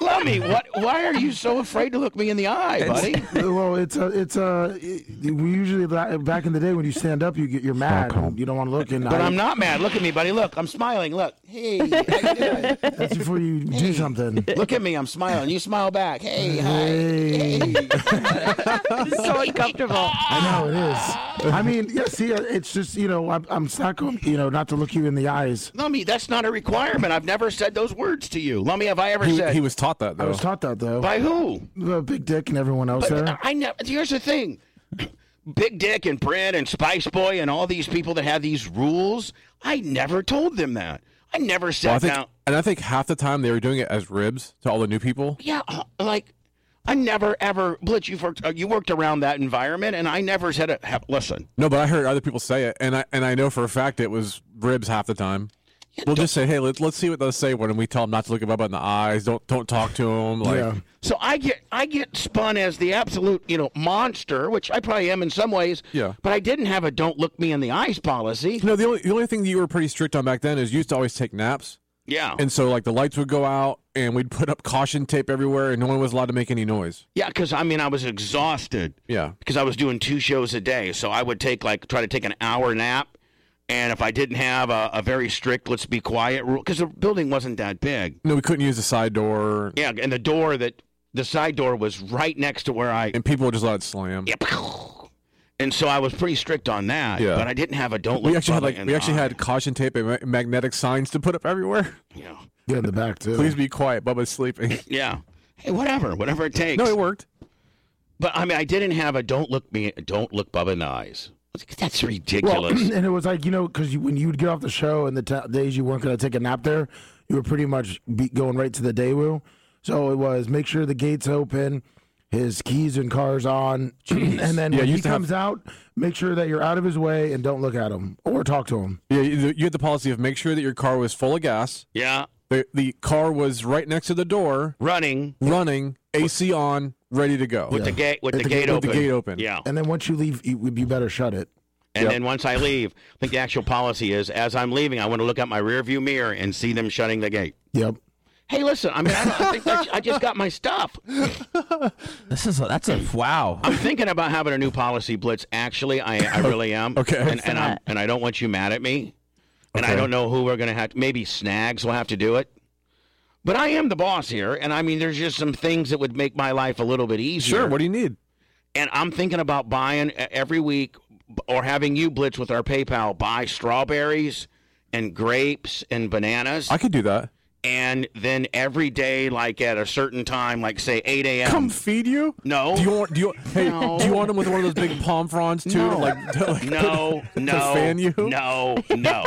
Speaker 4: Lummy, what? Why are you so afraid to look me in the eye, buddy?
Speaker 5: It's- well, it's a, it's a. It, we usually la- back in the day when you stand up, you get you're mad. and You don't want to look in.
Speaker 4: But
Speaker 5: I-
Speaker 4: I'm not mad. Look at me, buddy. Look, I'm smiling. Look. Hey, how you doing?
Speaker 5: That's before you do something.
Speaker 4: Look at me, I'm smiling. You smile back. Hey, hi. Hey.
Speaker 8: so uncomfortable.
Speaker 5: I know it is. I mean, yeah. See, uh, it's just you know, I'm, I'm Stockholm. You know, not to look you in the eyes.
Speaker 4: Lummy, that's not a requirement. I've never said those words to you. Lummy, have I ever
Speaker 9: He,
Speaker 4: said?
Speaker 9: he was taught that, though.
Speaker 4: Oh.
Speaker 5: I was taught that though.
Speaker 4: by who?
Speaker 5: The big dick and everyone else there.
Speaker 4: I never. Here's the thing. Big Dick and Brad and Spice Boy and all these people that have these rules, I never told them that. I never said
Speaker 9: Well, I think,
Speaker 4: now.
Speaker 9: and I think half the time they were doing it as ribs to all the new people.
Speaker 4: Yeah, uh, like I never ever. Blitz, you've worked. uh, You worked around that environment, and I never said it. ha- Listen,
Speaker 9: No, but I heard other people say it, and I and I know for a fact it was ribs half the time. We'll just say, hey, let's let's see what they'll say when we tell them not to look Bubba in the eyes. Don't don't talk to him. Like,
Speaker 5: Yeah.
Speaker 4: So I get I get spun as the absolute, you know, monster, which I probably am in some ways.
Speaker 9: Yeah.
Speaker 4: But I didn't have a don't look me in the eyes policy.
Speaker 9: No, the only the only thing that you were pretty strict on back then is you used to always take naps,
Speaker 4: Yeah.
Speaker 9: and so like the lights would go out, and we'd put up caution tape everywhere, and no one was allowed to make any noise.
Speaker 4: yeah, because I mean I was exhausted
Speaker 9: Yeah,
Speaker 4: because I was doing two shows a day, so I would take like try to take an hour nap, and if I didn't have a, a very strict let's be quiet rule, because the building wasn't that big.
Speaker 9: no, we couldn't use the side door,
Speaker 4: Yeah, and the door that the side door was right next to where I.
Speaker 9: and people would just let it slam.
Speaker 4: Yeah, And so I was pretty strict on that.
Speaker 9: Yeah.
Speaker 4: But I didn't have a don't look.
Speaker 9: We actually had
Speaker 4: Bubba
Speaker 9: like
Speaker 4: in
Speaker 9: we
Speaker 4: the
Speaker 9: actually
Speaker 4: eye.
Speaker 9: had caution tape and ma- magnetic signs to put up everywhere.
Speaker 4: Yeah.
Speaker 5: Yeah, in the back too.
Speaker 9: Please be quiet, Bubba's sleeping.
Speaker 4: Yeah. Hey, whatever, whatever it takes.
Speaker 9: no, it worked.
Speaker 4: But I mean, I didn't have a don't look me, don't look Bubba in the eyes. That's ridiculous.
Speaker 5: and it was like you know because you, when you would get off the show and the t- days you weren't going to take a nap there, you were pretty much be- going right to the daewoo. So it was make sure the gates open, his keys and cars on, and then
Speaker 9: Yeah,
Speaker 5: when
Speaker 9: you
Speaker 5: he
Speaker 9: used to have-
Speaker 5: comes out, make sure that you're out of his way and don't look at him or talk to him.
Speaker 9: Yeah, you you had the policy of make sure that your car was full of gas.
Speaker 4: yeah,
Speaker 9: The the car was right next to the door,
Speaker 4: running
Speaker 9: running, AC on, ready to go.
Speaker 4: with the gate with the,
Speaker 9: With the gate-
Speaker 4: gate
Speaker 9: with
Speaker 4: open.
Speaker 9: the gate open.
Speaker 4: Yeah, and,
Speaker 5: And then once you leave, you, you better shut it.
Speaker 4: then once I leave, I think the actual policy is as I'm leaving, I want to look out my rearview mirror and see them shutting the gate.
Speaker 5: Yep.
Speaker 4: Hey, listen, I mean, I, don't, I, think that's, I just got my stuff.
Speaker 8: This is a, that's a wow.
Speaker 4: I'm thinking about having a new policy blitz. Actually, I, I really am.
Speaker 9: Okay.
Speaker 4: and, and I'm and I don't want you mad at me. And I don't know who we're gonna have. Maybe Snags will have to do it. But I am the boss here, and I mean, there's just some things that would make my life a little bit easier.
Speaker 9: Sure. What do you need?
Speaker 4: and I'm thinking about buying uh, every week b- or having you blitz with our PayPal buy strawberries and grapes and bananas
Speaker 9: I could do that.
Speaker 4: and then every day like at a certain time like say 8 a.m
Speaker 9: Come feed you.
Speaker 4: No.
Speaker 9: Do you want? Do you hey?
Speaker 4: No.
Speaker 9: Do you want them with one of those big palm fronds too?
Speaker 4: No.
Speaker 9: To like, to like
Speaker 4: no no
Speaker 9: fan you?
Speaker 4: no no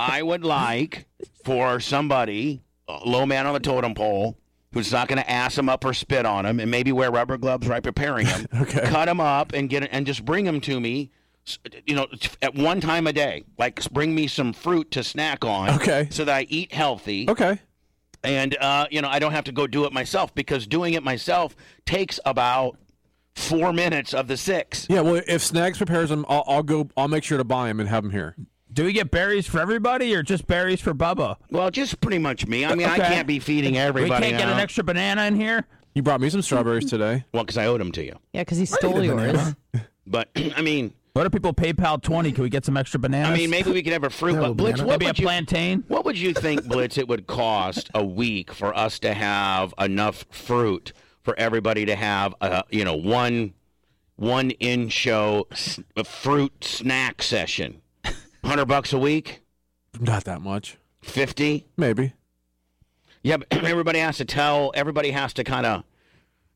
Speaker 4: i would like for somebody uh, low man on the totem pole who's not going to ass him up or spit on him and maybe wear rubber gloves right preparing him
Speaker 9: Okay.
Speaker 4: cut him up and get and just bring him to me s- you know t- at one time a day like bring me some fruit to snack on
Speaker 9: Okay.
Speaker 4: so that i eat healthy
Speaker 9: Okay.
Speaker 4: and uh, you know I don't have to go do it myself because doing it myself takes about four minutes of the six.
Speaker 9: Yeah. Well, if Snags prepares them, I'll, I'll go. I'll make sure to buy them and have them here.
Speaker 8: Do we get berries for everybody or just berries for Bubba?
Speaker 4: Well, just pretty much me. I mean, I
Speaker 8: Okay.
Speaker 4: can't be feeding
Speaker 8: We
Speaker 4: everybody.
Speaker 8: can't get
Speaker 4: now.
Speaker 8: an extra banana in here.
Speaker 9: You brought me some strawberries today.
Speaker 4: Well, because I owed them to you.
Speaker 7: Yeah, because he stole yours.
Speaker 4: But I mean,
Speaker 8: What if people PayPal twenty? Can we get some extra bananas?
Speaker 4: I mean, maybe we could have a fruit.
Speaker 5: Yeah,
Speaker 4: But Blitz,
Speaker 5: banana.
Speaker 4: what
Speaker 8: maybe a
Speaker 4: would, you,
Speaker 8: plantain.
Speaker 4: what would you think, Blitz? It would cost a week for us to have enough fruit for everybody to have, uh, you know, one one in show s- a fruit snack session. 100 bucks a week?
Speaker 9: Not that much.
Speaker 4: 50?
Speaker 9: Maybe.
Speaker 4: Yeah, but everybody has to tell, everybody has to kind of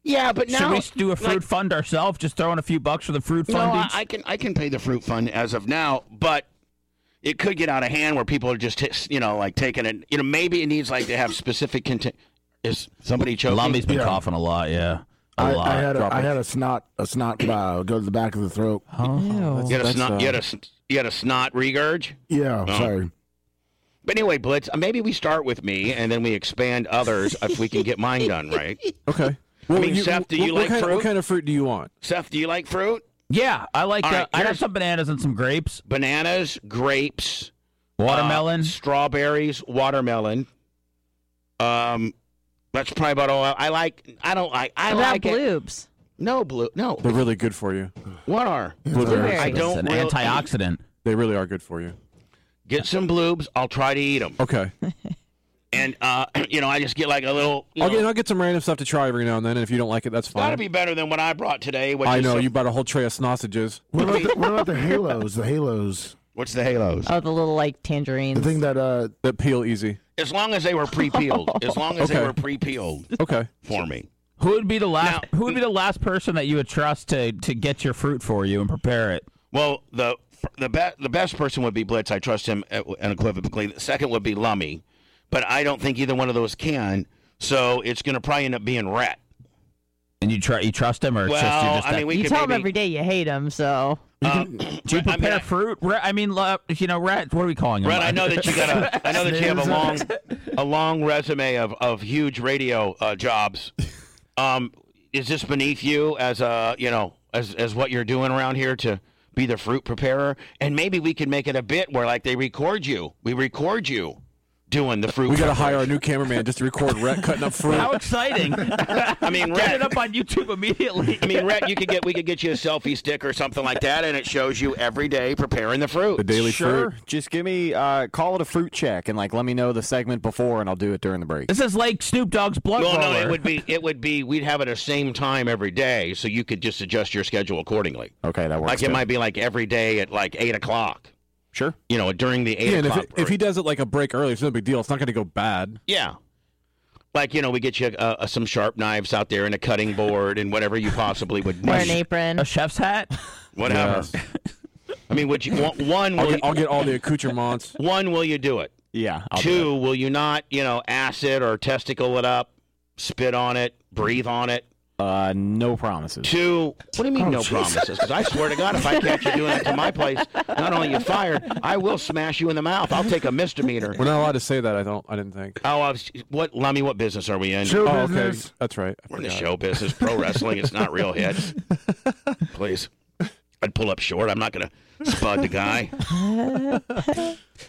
Speaker 4: Yeah, but now-
Speaker 8: should we s- do a fruit
Speaker 4: like-
Speaker 8: fund ourselves? Just throw in a few bucks for the fruit
Speaker 4: No,
Speaker 8: fund.
Speaker 4: I,
Speaker 8: each?
Speaker 4: I can I can pay the fruit fund as of now, Oh, but it could get out of hand where people are just hit- you know like taking it. You know, maybe it needs like to have specific content. Is somebody choking?
Speaker 8: Lumby's been coughing a lot. Yeah, a
Speaker 5: I,
Speaker 8: lot.
Speaker 5: I had a, I had a snot a snot uh, go to the back of the throat.
Speaker 8: Oh,
Speaker 4: You had a snot. You had a, s- you had a snot regurg.
Speaker 5: yeah.
Speaker 4: Oh.
Speaker 5: Sorry.
Speaker 4: But anyway, Blitz. uh, Maybe we start with me and then we expand others if we can get mine done right.
Speaker 9: Okay.
Speaker 4: I mean, Seth, do you
Speaker 9: what
Speaker 4: like
Speaker 9: kind,
Speaker 4: fruit?
Speaker 9: What kind of fruit do you want?
Speaker 4: Seth, do you like fruit?
Speaker 8: Yeah, I like.
Speaker 4: All
Speaker 8: uh,
Speaker 4: right,
Speaker 8: I have
Speaker 4: here's-
Speaker 8: some bananas and some grapes.
Speaker 4: Bananas, grapes,
Speaker 8: Watermelon.
Speaker 4: uh, strawberries, watermelon. Um, that's probably about all. I, I like. I don't like. I
Speaker 7: What about
Speaker 4: like it.
Speaker 7: bloobs?
Speaker 4: No blue. No.
Speaker 9: They're really good for you.
Speaker 4: What are?
Speaker 9: Blueberries.
Speaker 4: I
Speaker 8: It's
Speaker 4: don't
Speaker 8: an
Speaker 4: real-
Speaker 8: antioxidant.
Speaker 9: They really are good for you.
Speaker 4: Get some bloobs. I'll try to eat them.
Speaker 9: Okay.
Speaker 4: And uh, you know, I just get like a little. You
Speaker 9: I'll
Speaker 4: know,
Speaker 9: get, I'll get some random stuff to try every now and then, and if you don't like it, that's
Speaker 8: Uh,
Speaker 4: gotta
Speaker 9: fine.
Speaker 4: be better than what I brought today. Which
Speaker 9: I
Speaker 4: is
Speaker 9: know
Speaker 4: some-
Speaker 9: you bought a whole tray of sausages.
Speaker 5: What about the, what about the halos? The halos.
Speaker 4: What's the halos?
Speaker 7: Oh, the little like
Speaker 5: The
Speaker 7: tangerines.
Speaker 5: thing that uh
Speaker 9: That peel easy.
Speaker 4: As long as they were pre-peeled. As long as they
Speaker 9: Okay.
Speaker 4: were pre-peeled
Speaker 9: Okay.
Speaker 4: for me.
Speaker 8: Who would be the last? who would be the last person that you would trust to to get your fruit for you and prepare it?
Speaker 4: Well, the the best the best person would be Blitz. I trust him uh, unequivocally. The second would be Lummy, but I don't think either one of those can. So it's gonna probably end up being Rat.
Speaker 8: And you try you trust him or it's just you're
Speaker 4: Well,
Speaker 8: just
Speaker 4: I
Speaker 8: that-
Speaker 4: mean, we
Speaker 7: you
Speaker 4: could
Speaker 7: tell
Speaker 4: maybe,
Speaker 7: them every day you hate them, so
Speaker 4: um,
Speaker 8: do you
Speaker 4: I mean,
Speaker 8: prepare
Speaker 4: I-
Speaker 8: fruit? Ra- I mean, lo- you know, rat. What are we calling him?
Speaker 4: Brett, I know that you got a, I know that you have a long, a long resume of of huge radio uh, jobs. Um, is this beneath you as a you know as as what you're doing around here to be the fruit preparer? And maybe we can make it a bit where like they record you. We record you doing the fruit.
Speaker 9: We gotta hire a new cameraman just to record Rhett cutting up fruit.
Speaker 8: How exciting! get
Speaker 4: I mean,
Speaker 8: it
Speaker 4: Rhett,
Speaker 8: up on YouTube immediately.
Speaker 4: I mean, Rhett, you could get we could get you a selfie stick or something like that, and it shows you every day preparing the fruit.
Speaker 9: the daily
Speaker 10: sure.
Speaker 9: fruit.
Speaker 10: Just give me uh, call it a fruit check and like let me know the segment before and I'll do it during the break.
Speaker 8: this is like Snoop Dogg's blood
Speaker 4: Well, no, it
Speaker 8: roller.
Speaker 4: would be it would be we'd have it at the same time every day, so you could just adjust your schedule accordingly.
Speaker 10: Okay, that works.
Speaker 4: Like it
Speaker 10: good.
Speaker 4: might be like every day at like eight o'clock.
Speaker 10: Sure.
Speaker 4: You know, during the eight
Speaker 9: Yeah, and if,
Speaker 4: o'clock.
Speaker 9: it, if he
Speaker 4: break.
Speaker 9: does it like a break early, it's no big deal. It's not gonna go bad.
Speaker 4: yeah, like you know, we get you uh, some sharp knives out there and a cutting board and whatever you possibly would
Speaker 7: wear an
Speaker 4: need.
Speaker 7: apron.
Speaker 8: a chef's hat.
Speaker 4: Whatever. I mean, would you one- one?
Speaker 9: I'll
Speaker 4: Will
Speaker 9: get, I'll
Speaker 4: you,
Speaker 9: get all the accoutrements.
Speaker 4: one will you do it?
Speaker 10: Yeah. I'll do it.
Speaker 4: Two, will you not? You know, acid or testicle it up, spit on it, breathe on it.
Speaker 10: Uh, no promises.
Speaker 4: Two. Oh, What do you mean no promises? Because I swear to God, if I catch you doing that to my place, not only you fired, I will smash you in the mouth. I'll take a misdemeanor.
Speaker 9: We're not allowed to say that. I don't. I didn't think.
Speaker 4: Oh, I was, what, Lummy? What business are we in?
Speaker 5: show
Speaker 9: Oh, okay.
Speaker 5: business.
Speaker 9: That's right. I
Speaker 4: We're in the
Speaker 9: forgot.
Speaker 4: show business, pro wrestling. It's not real hits. Please, I'd pull up short. I'm not gonna spud the guy.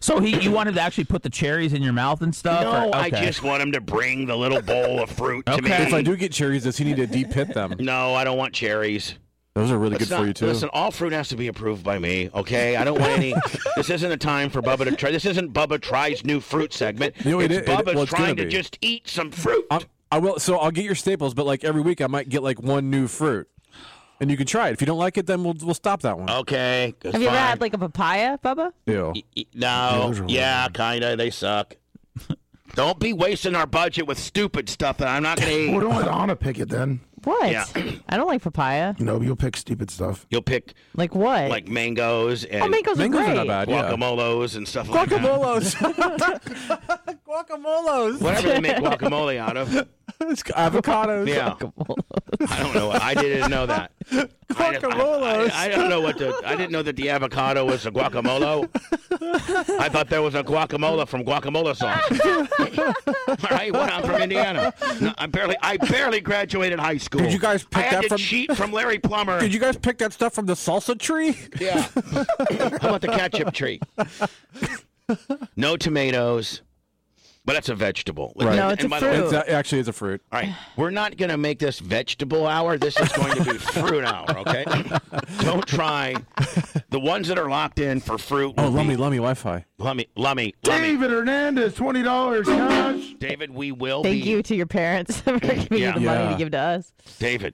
Speaker 8: So he, you want him to actually put the cherries in your mouth and stuff?
Speaker 4: No,
Speaker 8: or,
Speaker 4: I
Speaker 8: okay.
Speaker 4: just want him to bring the little bowl of fruit to me.
Speaker 8: Okay.
Speaker 9: If I do get cherries, does he need to deep pit them?
Speaker 4: No, I don't want cherries.
Speaker 9: Those are really
Speaker 4: It's
Speaker 9: good for
Speaker 4: not-
Speaker 9: you too.
Speaker 4: Listen, all fruit has to be approved by me, okay? I don't want any. this isn't a time for Bubba to try. This isn't Bubba tries new fruit segment.
Speaker 9: No, it
Speaker 4: it's
Speaker 9: i- it-
Speaker 4: Bubba
Speaker 9: well, it's gonna
Speaker 4: trying to
Speaker 9: be.
Speaker 4: just eat some fruit.
Speaker 9: I'm, I will. So I'll get your staples, but like every week, I might get like one new fruit, and you can try it. If you don't like it, then we'll we'll stop that
Speaker 4: Oh,
Speaker 9: one.
Speaker 4: okay. E,
Speaker 7: Have you ever had like a papaya, Bubba?
Speaker 9: Ew.
Speaker 4: No.
Speaker 5: those are
Speaker 4: Yeah, kinda. They suck. don't be wasting our budget with stupid stuff that I'm not gonna
Speaker 5: Well,
Speaker 4: eat.
Speaker 5: don't let Anna pick it then.
Speaker 7: What?
Speaker 4: Yeah.
Speaker 7: I don't like papaya.
Speaker 5: No, you'll pick stupid stuff.
Speaker 4: You'll pick
Speaker 7: Like what?
Speaker 4: like mangoes and
Speaker 7: oh, mangoes,
Speaker 9: Mangoes
Speaker 7: are
Speaker 9: are
Speaker 7: great.
Speaker 9: not bad. Yeah.
Speaker 4: guacamolos and stuff like that.
Speaker 10: Guacamolos.
Speaker 4: Whatever they make guacamole out of.
Speaker 10: It's avocados.
Speaker 4: Yeah. I don't know. I didn't know that. I don't- I-
Speaker 10: Guacamolos.
Speaker 4: I, I don't know what the. I didn't know that the avocado was a guacamole. I thought there was a guacamole from guacamole sauce. All right, well, I'm from Indiana. No, I barely, I barely graduated high school.
Speaker 9: Did you guys pick
Speaker 4: I had
Speaker 9: that
Speaker 4: to
Speaker 9: from-
Speaker 4: cheat from Larry Plummer?
Speaker 9: Did you guys pick that stuff from the salsa tree?
Speaker 4: Yeah. How about the ketchup tree? No tomatoes, but that's a vegetable.
Speaker 9: Right.
Speaker 7: No, it's a
Speaker 4: by the way-
Speaker 7: fruit.
Speaker 9: It's a, actually it's a fruit.
Speaker 4: all right, we're not going to make this vegetable hour. This is going to be fruit hour, okay? Don't try. The ones that are locked in for fruit.
Speaker 9: Oh,
Speaker 4: would be-
Speaker 9: lummy lummy Wi-Fi.
Speaker 4: Lummy, Lummy, Lummy.
Speaker 5: David Hernandez, twenty dollars cash.
Speaker 4: David, we will
Speaker 7: Thank
Speaker 4: be.
Speaker 7: you to your parents for giving
Speaker 4: Yeah.
Speaker 7: you the money
Speaker 9: Yeah.
Speaker 7: to give to us.
Speaker 4: David,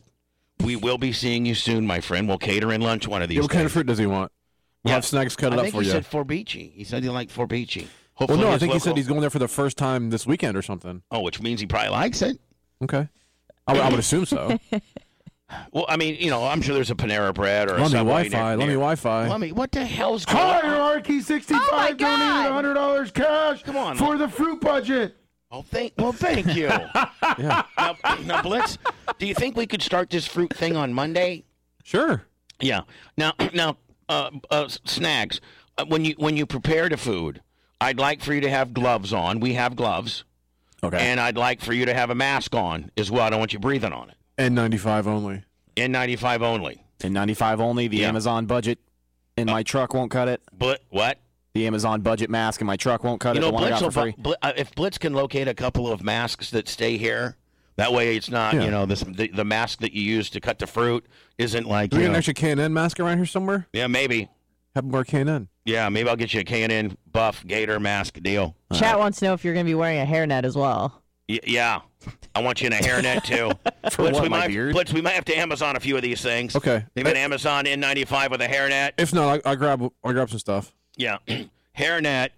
Speaker 4: We will be seeing you soon, my friend. We'll cater in lunch one of these.
Speaker 9: Yeah, what kind of
Speaker 4: days.
Speaker 9: fruit does he want? We'll have snacks cut
Speaker 4: I
Speaker 9: it up
Speaker 4: think
Speaker 9: for
Speaker 4: he
Speaker 9: you.
Speaker 4: said Forbici. He said he liked Forbici.
Speaker 9: well,
Speaker 4: Hopefully
Speaker 9: no, I
Speaker 4: his
Speaker 9: think he said
Speaker 4: local-
Speaker 9: he's going there for the first time this weekend or something.
Speaker 4: Oh, which means he probably likes it.
Speaker 9: Okay. I, would- I would assume so.
Speaker 4: Well, I mean, you know, I'm sure there's a Panera Bread or a
Speaker 9: Lummi Wi-Fi,
Speaker 4: Subway near-
Speaker 9: Lummi
Speaker 4: near-
Speaker 9: Wi-Fi.
Speaker 4: Lummi, what the hell's going on?
Speaker 5: Hierarchy 65
Speaker 4: Oh my
Speaker 5: donated $100 cash
Speaker 4: Come on,
Speaker 5: for the fruit budget.
Speaker 4: Oh, thank well, thank you. now, now, Blitz, do you think we could start this fruit thing on Monday?
Speaker 9: Sure.
Speaker 4: Yeah. Now, now, uh, uh, snags. Uh, when you when you prepare the food, I'd like for you to have gloves on. We have gloves.
Speaker 9: Okay.
Speaker 4: And I'd like for you to have a mask on as well. I don't want you breathing on it.
Speaker 9: N95 only.
Speaker 4: N95 only.
Speaker 10: N95 only. The
Speaker 4: Yeah.
Speaker 10: Amazon budget in my truck won't cut it.
Speaker 4: But what?
Speaker 10: The Amazon budget mask in my truck won't cut
Speaker 4: you
Speaker 10: it.
Speaker 4: know,
Speaker 10: the one I
Speaker 4: Blitz
Speaker 10: got for
Speaker 4: will,
Speaker 10: free.
Speaker 4: bu- Bli- uh, if Blitz can locate a couple of masks that stay here, that way it's not
Speaker 9: Yeah.
Speaker 4: you know this the, the mask that you use to cut the fruit isn't like
Speaker 9: Do we
Speaker 4: you
Speaker 9: get an
Speaker 4: know-
Speaker 9: extra K&N mask around here somewhere?
Speaker 4: yeah maybe
Speaker 9: Have them wear K&N.
Speaker 4: yeah maybe I'll get you a K&N buff gator mask deal.
Speaker 7: Chat wants to know if you're going to be wearing a hairnet as well.
Speaker 4: Y- yeah, I want you in a hairnet too.
Speaker 10: For
Speaker 4: Blitz,
Speaker 10: what,
Speaker 4: we
Speaker 10: my
Speaker 4: might,
Speaker 10: beard?
Speaker 4: Blitz, we might have to Amazon a few of these things.
Speaker 9: Okay.
Speaker 4: Maybe an Amazon N95 with a hairnet.
Speaker 9: If not, I, I grab I grab some stuff.
Speaker 4: Yeah, hairnet,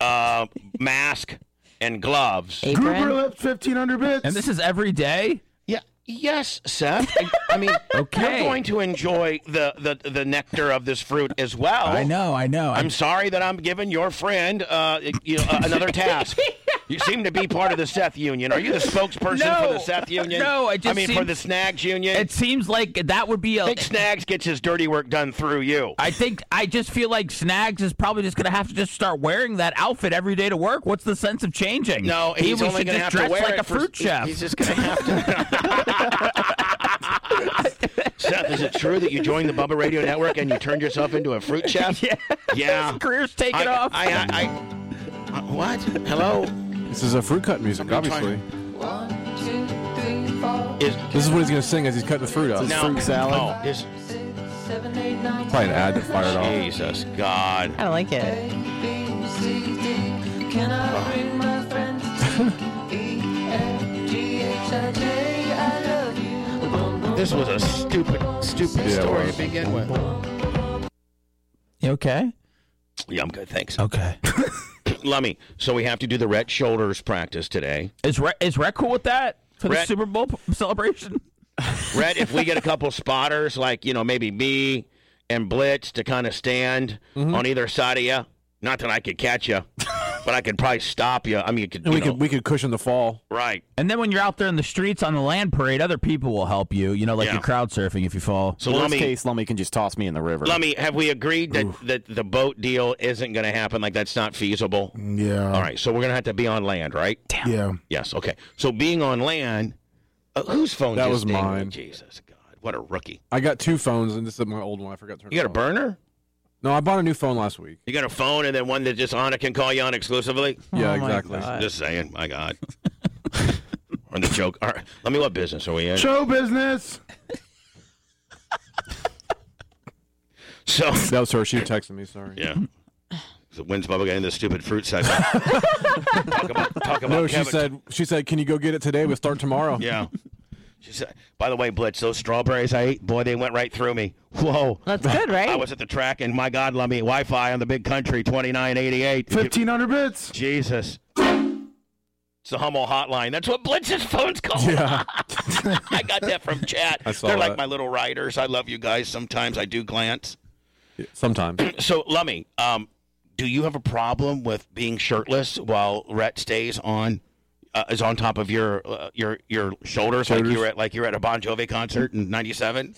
Speaker 4: uh, mask, and gloves.
Speaker 5: Gruber Lips 1500 bits.
Speaker 8: And this is every day?
Speaker 4: Yeah. Yes, Seth. I, I mean,
Speaker 8: Okay.
Speaker 4: you're going to enjoy the, the, the nectar of this fruit as well.
Speaker 8: I know, I know.
Speaker 4: I'm sorry that I'm giving your friend uh, you know, another task. You seem to be part of the Seth Union. Are you the spokesperson for
Speaker 8: No.
Speaker 4: the Seth Union?
Speaker 8: No, I just
Speaker 4: I mean for
Speaker 8: seem-
Speaker 4: the Snags Union.
Speaker 8: it seems like that would be
Speaker 4: I
Speaker 8: a.
Speaker 4: think Snags gets his dirty work done through you.
Speaker 8: I think I just feel like Snags is probably just gonna have to just start wearing that outfit every day to work. What's the sense of changing?
Speaker 4: No,
Speaker 8: he
Speaker 4: he's
Speaker 8: we
Speaker 4: only
Speaker 8: should
Speaker 4: going to have
Speaker 8: just dress
Speaker 4: to wear
Speaker 8: like
Speaker 4: it
Speaker 8: a fruit
Speaker 4: for,
Speaker 8: chef.
Speaker 4: He's just going to have to. Seth, is it true that you joined the Bubba Radio Network and you turned yourself into a fruit chef? Yeah. Yeah.
Speaker 8: His career's taken
Speaker 4: I,
Speaker 8: off.
Speaker 4: I, I, I- uh, what? Hello?
Speaker 9: This is a fruit cut music, obviously.
Speaker 4: Is
Speaker 9: This is what he's going to sing as he's cutting the fruit up.
Speaker 10: This is fruit salad.
Speaker 4: Oh, is
Speaker 9: Probably an ad that fired off.
Speaker 4: Jesus God.
Speaker 7: I don't like it.
Speaker 4: This was a stupid, stupid
Speaker 9: Yeah, it
Speaker 4: story
Speaker 9: was.
Speaker 4: to begin with.
Speaker 8: You okay?
Speaker 4: Yeah, I'm good. Thanks.
Speaker 8: Okay.
Speaker 4: Lummy, so we have to do the red shoulders practice today.
Speaker 8: Is Rhett, is Rhett cool with that for the
Speaker 4: Rhett-
Speaker 8: Super Bowl p- celebration?
Speaker 4: Red, if we get a couple spotters, like, you know, maybe me and Blitz to kind of stand
Speaker 9: Mm-hmm.
Speaker 4: on either side of you. Not that I could catch you, but I could probably stop you. I mean, you could,
Speaker 9: And
Speaker 4: you
Speaker 9: we
Speaker 4: know,
Speaker 9: could we could cushion the fall.
Speaker 4: right.
Speaker 8: And then when you're out there in the streets on the land parade, other people will help you. You know, like
Speaker 4: Yeah.
Speaker 8: you're crowd surfing if you fall.
Speaker 4: So
Speaker 10: Worst
Speaker 4: let me,
Speaker 10: case, Lummy can just toss me in the river.
Speaker 4: let me, have we agreed that, that the boat deal isn't going to happen? Like, that's not feasible?
Speaker 5: Yeah.
Speaker 4: All right. So we're going to have to be on land, right?
Speaker 5: Yeah.
Speaker 4: Yes. Okay. So being on land, uh, whose phone
Speaker 9: That
Speaker 4: just
Speaker 9: was
Speaker 4: dinged?
Speaker 9: mine.
Speaker 4: Jesus, God. What a rookie.
Speaker 9: I got two phones, and this is my old one. I forgot to turn
Speaker 4: You got a
Speaker 9: it off.
Speaker 4: burner?
Speaker 9: No, I bought a new phone last week.
Speaker 4: You got a phone and then one that just Anna can call you on exclusively?
Speaker 9: Yeah,
Speaker 7: Oh my
Speaker 9: exactly.
Speaker 7: God.
Speaker 4: Just saying, my God. On the joke. All right, let me. What business are we in?
Speaker 5: Show business.
Speaker 4: So
Speaker 9: That was her. She texted me. Sorry.
Speaker 4: yeah. So when's Bubba getting this stupid fruit segment? talk about, talk about
Speaker 9: No, she
Speaker 4: Kevin.
Speaker 9: said. She said, "Can you go get it today? We start tomorrow."
Speaker 4: Yeah. She said. By the way, Blitz, those strawberries I ate, boy, they went right through me. Whoa.
Speaker 7: That's good,
Speaker 4: I
Speaker 7: right?
Speaker 4: was at the track, and my God, let me Wi-Fi on the big country, twenty nine eighty eight.
Speaker 5: 1500 bits.
Speaker 4: Jesus. It's the Hummel hotline. That's what Blitz's phone's called.
Speaker 9: Yeah.
Speaker 4: I got that from chat.
Speaker 9: I saw
Speaker 4: They're like
Speaker 9: that.
Speaker 4: my little writers. I love you guys. Sometimes I do glance.
Speaker 9: Sometimes.
Speaker 4: So, Lummy, um, do you have a problem with being shirtless while Rhett stays on uh, is on top of your uh, your your shoulders, like
Speaker 9: Shoulders.
Speaker 4: you were at like you were at a Bon Jovi concert in '97?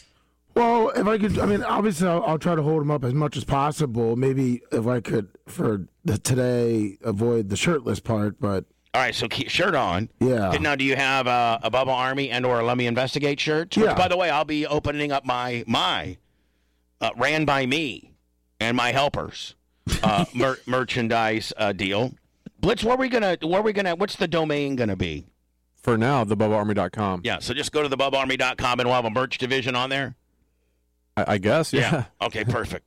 Speaker 5: Well, if I could, I mean, obviously, I'll, I'll try to hold them up as much as possible. Maybe if I could, for the today, avoid the shirtless part. But
Speaker 4: All right, so keep shirt on.
Speaker 5: Yeah.
Speaker 4: Now, do you have uh, a Bubba Army and or a Lummy Investigate shirt? Which,
Speaker 5: Yeah.
Speaker 4: by the way, I'll be opening up my my uh, ran by me and my helpers uh, mer- merchandise uh, deal. Blitz, where are we gonna? Where are we gonna? What's the domain gonna be?
Speaker 9: For now, thebubbaarmy.com.
Speaker 4: Yeah, so just go to thebubbarmy.com and we'll have a merch division on there.
Speaker 9: I, I guess. Yeah.
Speaker 4: Okay, perfect.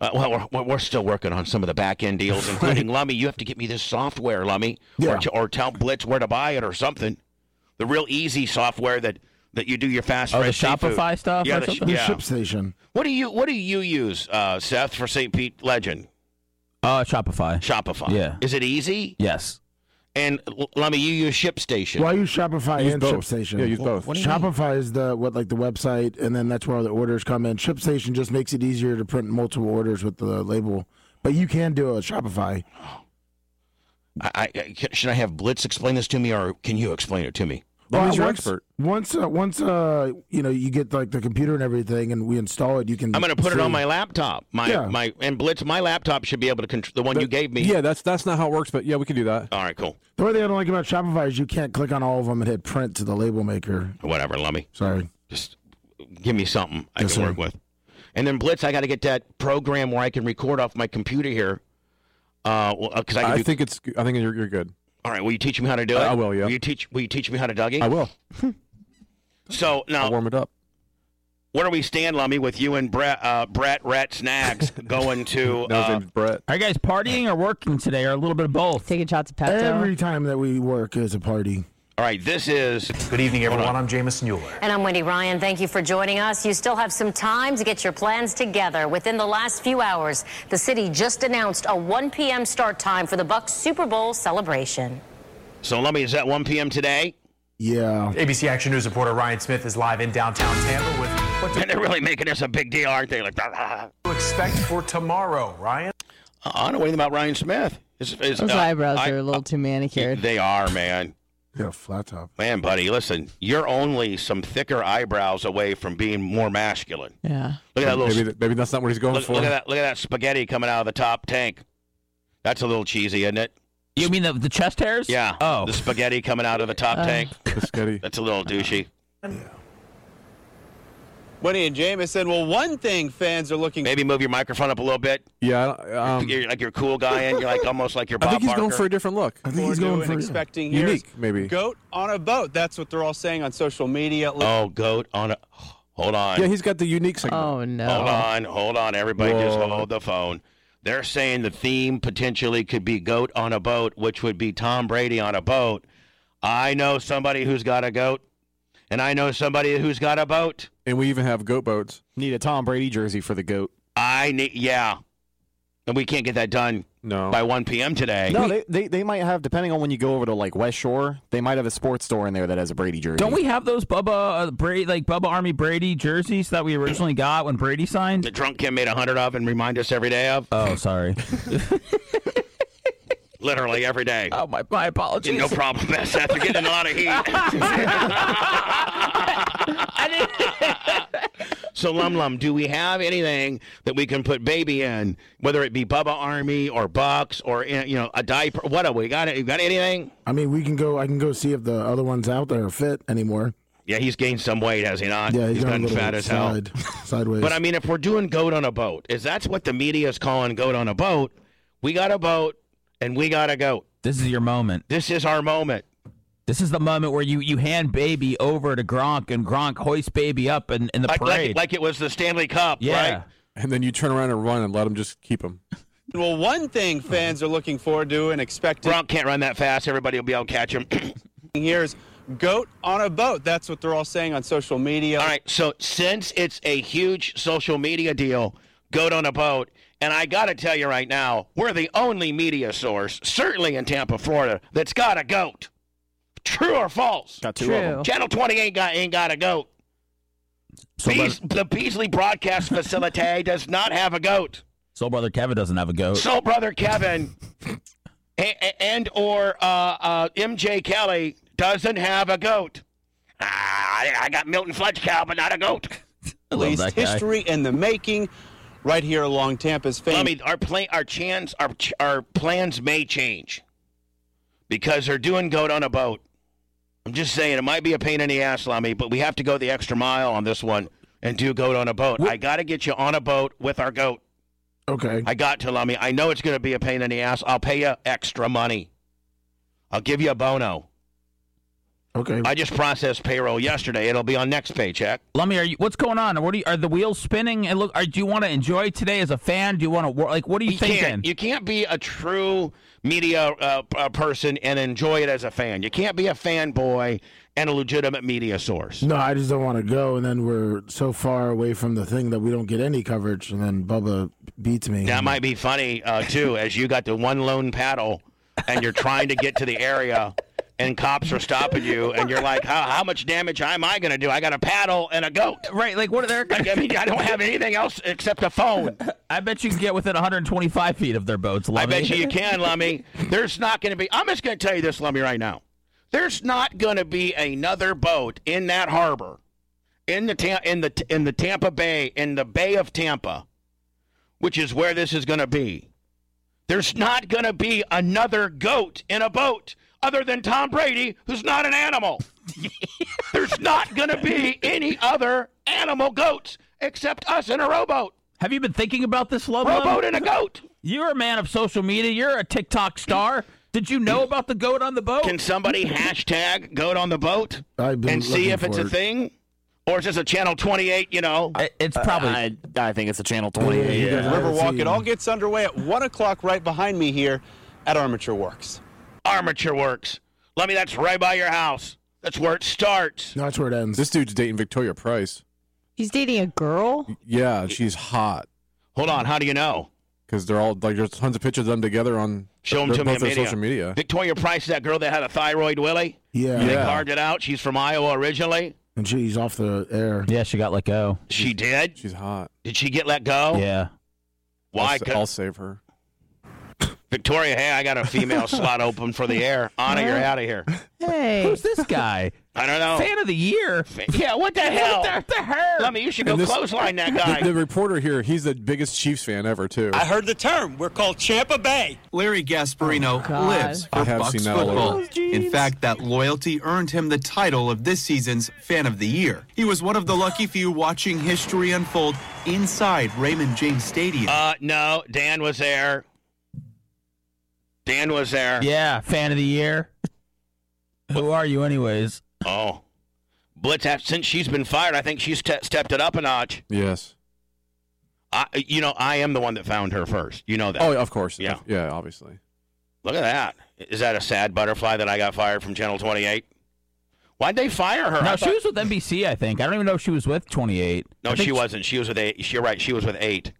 Speaker 4: Uh, well, we're- we're, we're still working on some of the back end deals, including Lummy. You have to get me this software, Lummy, or,
Speaker 5: Yeah.
Speaker 4: t- or tell Blitz where to buy it or something. The real easy software that that you do your fast
Speaker 8: Oh, the
Speaker 4: fresh seafood.
Speaker 8: Shopify stuff
Speaker 4: Yeah,
Speaker 8: or
Speaker 4: the-
Speaker 8: something?
Speaker 4: yeah.
Speaker 5: station.
Speaker 4: What do you What do you use, uh, Seth, for St. Pete Legend?
Speaker 8: Uh, Shopify.
Speaker 4: Shopify.
Speaker 8: Yeah.
Speaker 4: Is it easy?
Speaker 8: Yes.
Speaker 4: And l- Lummy, you use ShipStation.
Speaker 5: Why use Shopify
Speaker 4: Use
Speaker 5: and
Speaker 4: both.
Speaker 5: ShipStation?
Speaker 4: Yeah, use both. What do you mean?
Speaker 5: Shopify is the what like the website, and then that's where all the orders come in. ShipStation just makes it easier to print multiple orders with the label, but you can do it with Shopify.
Speaker 4: I, I, should I have Blitz explain this to me, or can you explain it to me?
Speaker 5: Well, once, Once, uh, once, uh, you know, you get like the computer and everything, and we install it. You can.
Speaker 4: I'm going to put it on
Speaker 5: see-
Speaker 4: my laptop. My
Speaker 5: Yeah.
Speaker 4: my and Blitz, my laptop should be able to control the one you gave me.
Speaker 9: Yeah, that's that's not how it works, but yeah, we can do that.
Speaker 4: All right, cool.
Speaker 5: The way they don't like about Shopify is you can't click on all of them and hit print to the label maker.
Speaker 4: Whatever, Lummy.
Speaker 5: Sorry.
Speaker 4: Just give me something I
Speaker 5: Yes,
Speaker 4: can
Speaker 5: sir.
Speaker 4: work with. And then Blitz, I got to get that program where I can record off my computer here. Uh, well, uh, 'cause I, can
Speaker 9: I
Speaker 4: do-
Speaker 9: think it's I think you're you're good.
Speaker 4: All right, will you teach me how to do it?
Speaker 9: I- I will, yeah.
Speaker 4: Will you teach? Will you teach me how to Dougie?
Speaker 9: I will.
Speaker 4: So now
Speaker 9: I'll warm it up.
Speaker 4: Where do we stand, Lummy, with you and Brett, uh, Brett, Rat Snags going to? uh,
Speaker 9: Brett.
Speaker 8: Are you guys partying or working today, or a little bit of both?
Speaker 7: Taking shots of Pepto.
Speaker 5: Every time that we work is a party.
Speaker 4: all right, this is. Good evening, everyone. I'm
Speaker 11: Jameson Euler.
Speaker 12: And I'm Wendy Ryan. Thank you for joining us. You still have some time to get your plans together. Within the last few hours, the city just announced a 1 p.m. start time for the Bucks Super Bowl celebration.
Speaker 4: So, Lummy, is that 1 p.m. today?
Speaker 5: Yeah.
Speaker 11: ABC Action News reporter Ryan Smith is live in downtown Tampa with what
Speaker 4: And they're really making this a big deal, aren't they? Like, ah,
Speaker 11: to expect for tomorrow, Ryan.
Speaker 4: ah. I don't know anything about Ryan Smith. His, his,
Speaker 7: Those
Speaker 4: uh,
Speaker 7: eyebrows
Speaker 4: I-
Speaker 7: are a little too manicured.
Speaker 4: They are, man.
Speaker 5: Yeah, flat top.
Speaker 4: Man, buddy, listen, you're only some thicker eyebrows away from being more masculine.
Speaker 7: Yeah.
Speaker 4: Look at that little.
Speaker 9: Maybe, maybe that's not what he's going
Speaker 4: Look,
Speaker 9: for.
Speaker 4: look at that! Look at that spaghetti coming out of the top tank. That's a little cheesy, isn't it?
Speaker 8: You mean the, the chest hairs?
Speaker 4: Yeah.
Speaker 8: Oh.
Speaker 4: The spaghetti coming out of the top
Speaker 8: Uh.
Speaker 4: tank.
Speaker 9: Spaghetti.
Speaker 4: That's a little douchey.
Speaker 13: Winnie and Jameson. Well, one thing fans are looking.
Speaker 4: Maybe move your microphone up a little bit.
Speaker 9: Yeah. um,
Speaker 4: you're like your cool guy, and you're like almost like your Bob
Speaker 9: I think he's
Speaker 4: Barker.
Speaker 9: going for a different look. I
Speaker 13: forward to and expecting here is
Speaker 9: unique, maybe.
Speaker 13: Goat on a boat. That's what they're all saying on social media.
Speaker 4: Oh, goat on a. Hold on.
Speaker 9: Yeah, he's got the unique segment.
Speaker 7: Oh no.
Speaker 4: Hold on, hold on, everybody, just
Speaker 9: Whoa.
Speaker 4: hold the phone. They're saying the theme potentially could be goat on a boat, which would be Tom Brady on a boat. I know somebody who's got a goat, and I know somebody who's got a boat.
Speaker 9: And we even have goat boats.
Speaker 10: Need a Tom Brady jersey for the goat.
Speaker 4: I need, yeah, and we can't get that done
Speaker 9: no.
Speaker 4: by 1 p.m. today.
Speaker 10: No, they, they they might have depending on when you go over to like West Shore, they might have a sports store in there that has a Brady jersey.
Speaker 8: Don't we have those Bubba uh, Brady, like Bubba Army Brady jerseys that we originally got when Brady signed?
Speaker 4: the drunk Kim made a hundred of and remind us every day of,
Speaker 8: Oh, sorry.
Speaker 4: literally every day.
Speaker 8: oh my, my apologies.
Speaker 4: No problem, Seth. You're getting a lot of heat. so, Lum Lum, do we have anything that we can put baby in, whether it be Bubba Army or Bucks or you know a diaper? What do we got? You got anything?
Speaker 5: I mean, we can go. I can go see if the other ones out there fit anymore.
Speaker 4: Yeah, he's gained some weight, has he not?
Speaker 5: Yeah, he's, gone a
Speaker 4: gotten
Speaker 5: little
Speaker 4: fat as hell.
Speaker 5: side, sideways.
Speaker 4: But I mean, if we're doing goat on a boat, is that's what the media is calling goat on a boat? We got a boat, and we got a goat.
Speaker 8: This is your moment.
Speaker 4: This is our moment.
Speaker 8: This is the moment where you, you hand baby over to Gronk and Gronk hoists baby up in, in the
Speaker 4: Like,
Speaker 8: parade.
Speaker 4: like, like it was the Stanley Cup,
Speaker 8: yeah.
Speaker 4: right?
Speaker 9: And then you turn around and run and let him just keep him.
Speaker 13: Well, one thing fans are looking forward to and expecting
Speaker 4: Gronk can't run that fast. Everybody will be able to catch him.
Speaker 13: here is goat on a boat. That's what they're all saying on social media.
Speaker 4: All right, so since it's a huge social media deal, goat on a boat, and I got to tell you right now, we're the only media source, certainly in Tampa, Florida, that's got a goat. True or false?
Speaker 10: Got
Speaker 7: two of 'em. True.
Speaker 4: Channel 20 ain't got, ain't got a goat.
Speaker 8: So,
Speaker 4: Beas- the Beasley Broadcast Facility does not have a goat.
Speaker 8: Soul Brother Kevin doesn't have a goat.
Speaker 4: So, brother Kevin a- a- and or uh, uh, MJ Kelly doesn't have a goat. Ah, I, I got Milton Fletch cow, but not a goat.
Speaker 8: I love
Speaker 13: Least
Speaker 8: that guy.
Speaker 13: history in the making, right here along Tampa's fame.
Speaker 4: I mean, our plan, our chance, our ch- our plans may change because they're doing goat on a boat. I'm just saying it might be a pain in the ass, Lummy, but we have to go the extra mile on this one and do goat on a boat. I got to get you on a boat with our goat.
Speaker 5: okay.
Speaker 4: I got to Lummy. I know it's going to be a pain in the ass. I'll pay you extra money. I'll give you a bono.
Speaker 5: Okay.
Speaker 4: I just processed payroll yesterday. It'll be on next paycheck.
Speaker 8: Lummy, are you? What's going on? What are, you, are the wheels spinning? And look, are, do you want to enjoy today as a fan? Do you want to work? Like, what are you,
Speaker 4: You
Speaker 8: thinking?
Speaker 4: can't, you can't be a true media uh, p- uh, person and enjoy it as a fan. You can't be a fanboy and a legitimate media source.
Speaker 5: No, I just don't want to go, and then we're so far away from the thing that we don't get any coverage, and then Bubba beats me.
Speaker 4: That might be funny uh, too, as you got the one lone paddle and you're trying to get to the area, and cops are stopping you, and you're like, "How, how much damage am I going to do? I got a paddle and a goat."
Speaker 8: Right? Like, what are their?
Speaker 4: I mean, I don't have anything else except a phone.
Speaker 8: I bet you can get within 125 feet of their boats. Lummy.
Speaker 4: I bet you you can, Lummy. There's not going to be. I'm just going to tell you this, Lummy, right now. There's not going to be another boat in that harbor, in the Tam- in the in the Tampa Bay, in the Bay of Tampa, which is where this is going to be. There's not going to be another goat in a boat other than Tom Brady, who's not an animal. There's not going to be any other animal goats except us in a rowboat.
Speaker 8: Have you been thinking about this, Lobo?
Speaker 4: Rowboat and a goat.
Speaker 8: You're a man of social media. You're a TikTok star. Did you know about the goat on the boat?
Speaker 4: Can somebody hashtag goat on the boat
Speaker 5: I've been
Speaker 4: and see
Speaker 5: looking
Speaker 4: if it's
Speaker 5: for
Speaker 4: a
Speaker 5: it.
Speaker 4: thing? Or is this a Channel 28, you know?
Speaker 8: It's
Speaker 10: probably. I, I think it's a Channel 20.
Speaker 13: Riverwalk. It all gets underway at 1 o'clock right behind me here at Armature Works.
Speaker 4: Armature Works. Let me, that's right by your house. That's where it starts.
Speaker 5: That's where it ends.
Speaker 9: This dude's dating Victoria Price.
Speaker 7: He's dating a girl?
Speaker 9: Yeah, she's hot.
Speaker 4: Hold on, how do you know?
Speaker 9: Because they're all like, there's tons of pictures of them together on.
Speaker 4: Show them
Speaker 9: they're
Speaker 4: to me
Speaker 9: both
Speaker 4: on
Speaker 9: on
Speaker 4: media.
Speaker 9: social media.
Speaker 4: Victoria Price, that girl that had a thyroid willy.
Speaker 5: Yeah.
Speaker 4: They
Speaker 5: Yeah.
Speaker 4: carved it out. She's from Iowa originally.
Speaker 5: And she's off the air.
Speaker 8: Yeah, she got let go.
Speaker 4: She did.
Speaker 9: She's hot.
Speaker 4: Did she get let go?
Speaker 8: Yeah.
Speaker 4: Why?
Speaker 9: I'll, sa- I'll save her.
Speaker 4: Victoria, hey, I got a female slot open for the air. Anna, you're out of here.
Speaker 8: Hey, who's this guy?
Speaker 4: I don't know.
Speaker 8: Fan of the year.
Speaker 4: Oh. Yeah, what the hell?
Speaker 8: What the, the hell?
Speaker 4: Let me, you should go
Speaker 9: And this-
Speaker 4: clothesline that guy.
Speaker 9: The, the reporter here, he's the biggest Chiefs fan ever, too.
Speaker 14: I heard the term. We're called Champa Bay. Larry Gasparino
Speaker 9: God.
Speaker 14: lives
Speaker 9: I
Speaker 14: for
Speaker 9: have
Speaker 14: Bucks
Speaker 9: seen that all
Speaker 14: football.
Speaker 9: over.
Speaker 14: In fact, that loyalty earned him the title of this season's Fan of the Year. He was one of the lucky few watching history unfold inside Raymond James Stadium.
Speaker 4: Uh, no, Dan was there. Dan was there.
Speaker 8: Yeah, fan of the year. Who are you, anyways?
Speaker 4: Oh, Blitz. ha- Since she's been fired, I think she's te- stepped it up a notch.
Speaker 9: Yes.
Speaker 4: I, you know, I am the one that found her first. You know that.
Speaker 9: Oh, of course.
Speaker 4: Yeah.
Speaker 9: Yeah, obviously.
Speaker 4: Look at that. Is that a sad butterfly that I got fired from Channel 28? Why'd they fire her?
Speaker 8: No,
Speaker 4: I
Speaker 8: she
Speaker 4: thought-
Speaker 8: was with NBC, I think. I don't even know if she was with 28.
Speaker 4: No,
Speaker 8: I think
Speaker 4: she wasn't. She was with eight. She, you're right. She was with eight.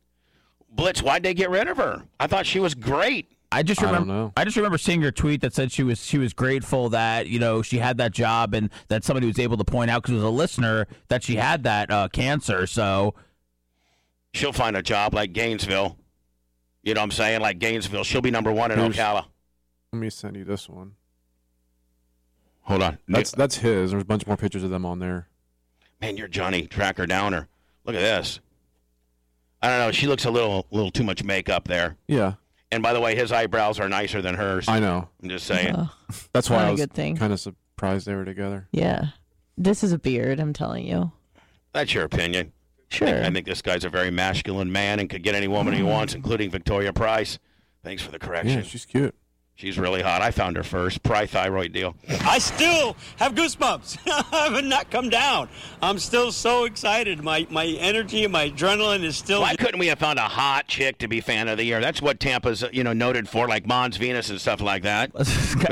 Speaker 4: Blitz. Why'd they get rid of her? I thought she was great.
Speaker 8: I just
Speaker 9: I don't
Speaker 8: remember. I,
Speaker 9: know.
Speaker 8: just remember seeing her tweet that said she was she was grateful that you know she had that job and that somebody was able to point out because it was a listener that she had that uh, cancer. So
Speaker 4: She'll find a job like Gainesville. You know what I'm saying? Like Gainesville. She'll be number one in
Speaker 9: Here's-
Speaker 4: Ocala.
Speaker 9: Let me send you this one.
Speaker 4: Hold on.
Speaker 9: That's that's his. There's a bunch more pictures of them on there.
Speaker 4: Man, you're Johnny Tracker Downer. Look at this. I don't know. She looks a little, little too much makeup there.
Speaker 9: Yeah,
Speaker 4: And by the way, his eyebrows are nicer than hers.
Speaker 9: I know.
Speaker 4: I'm just saying.
Speaker 7: Ugh.
Speaker 9: That's why
Speaker 7: Not
Speaker 9: I
Speaker 7: a
Speaker 9: was
Speaker 7: good thing.
Speaker 9: kind of surprised they were together.
Speaker 7: Yeah. This is a beard, I'm telling you.
Speaker 4: That's your opinion.
Speaker 7: Sure.
Speaker 4: I think, I think this guy's a very masculine man and could get any woman he wants, including Victoria Price. Thanks for the correction.
Speaker 9: Yeah, she's cute.
Speaker 4: She's really hot. I found her first. Pry thyroid deal.
Speaker 15: I still have goosebumps. I have not come down. I'm still so excited. My my energy, my adrenaline is still.
Speaker 4: Why couldn't we have found a hot chick to be fan of the year? That's what Tampa's, you know, noted for, like Mons Venus and stuff like that. we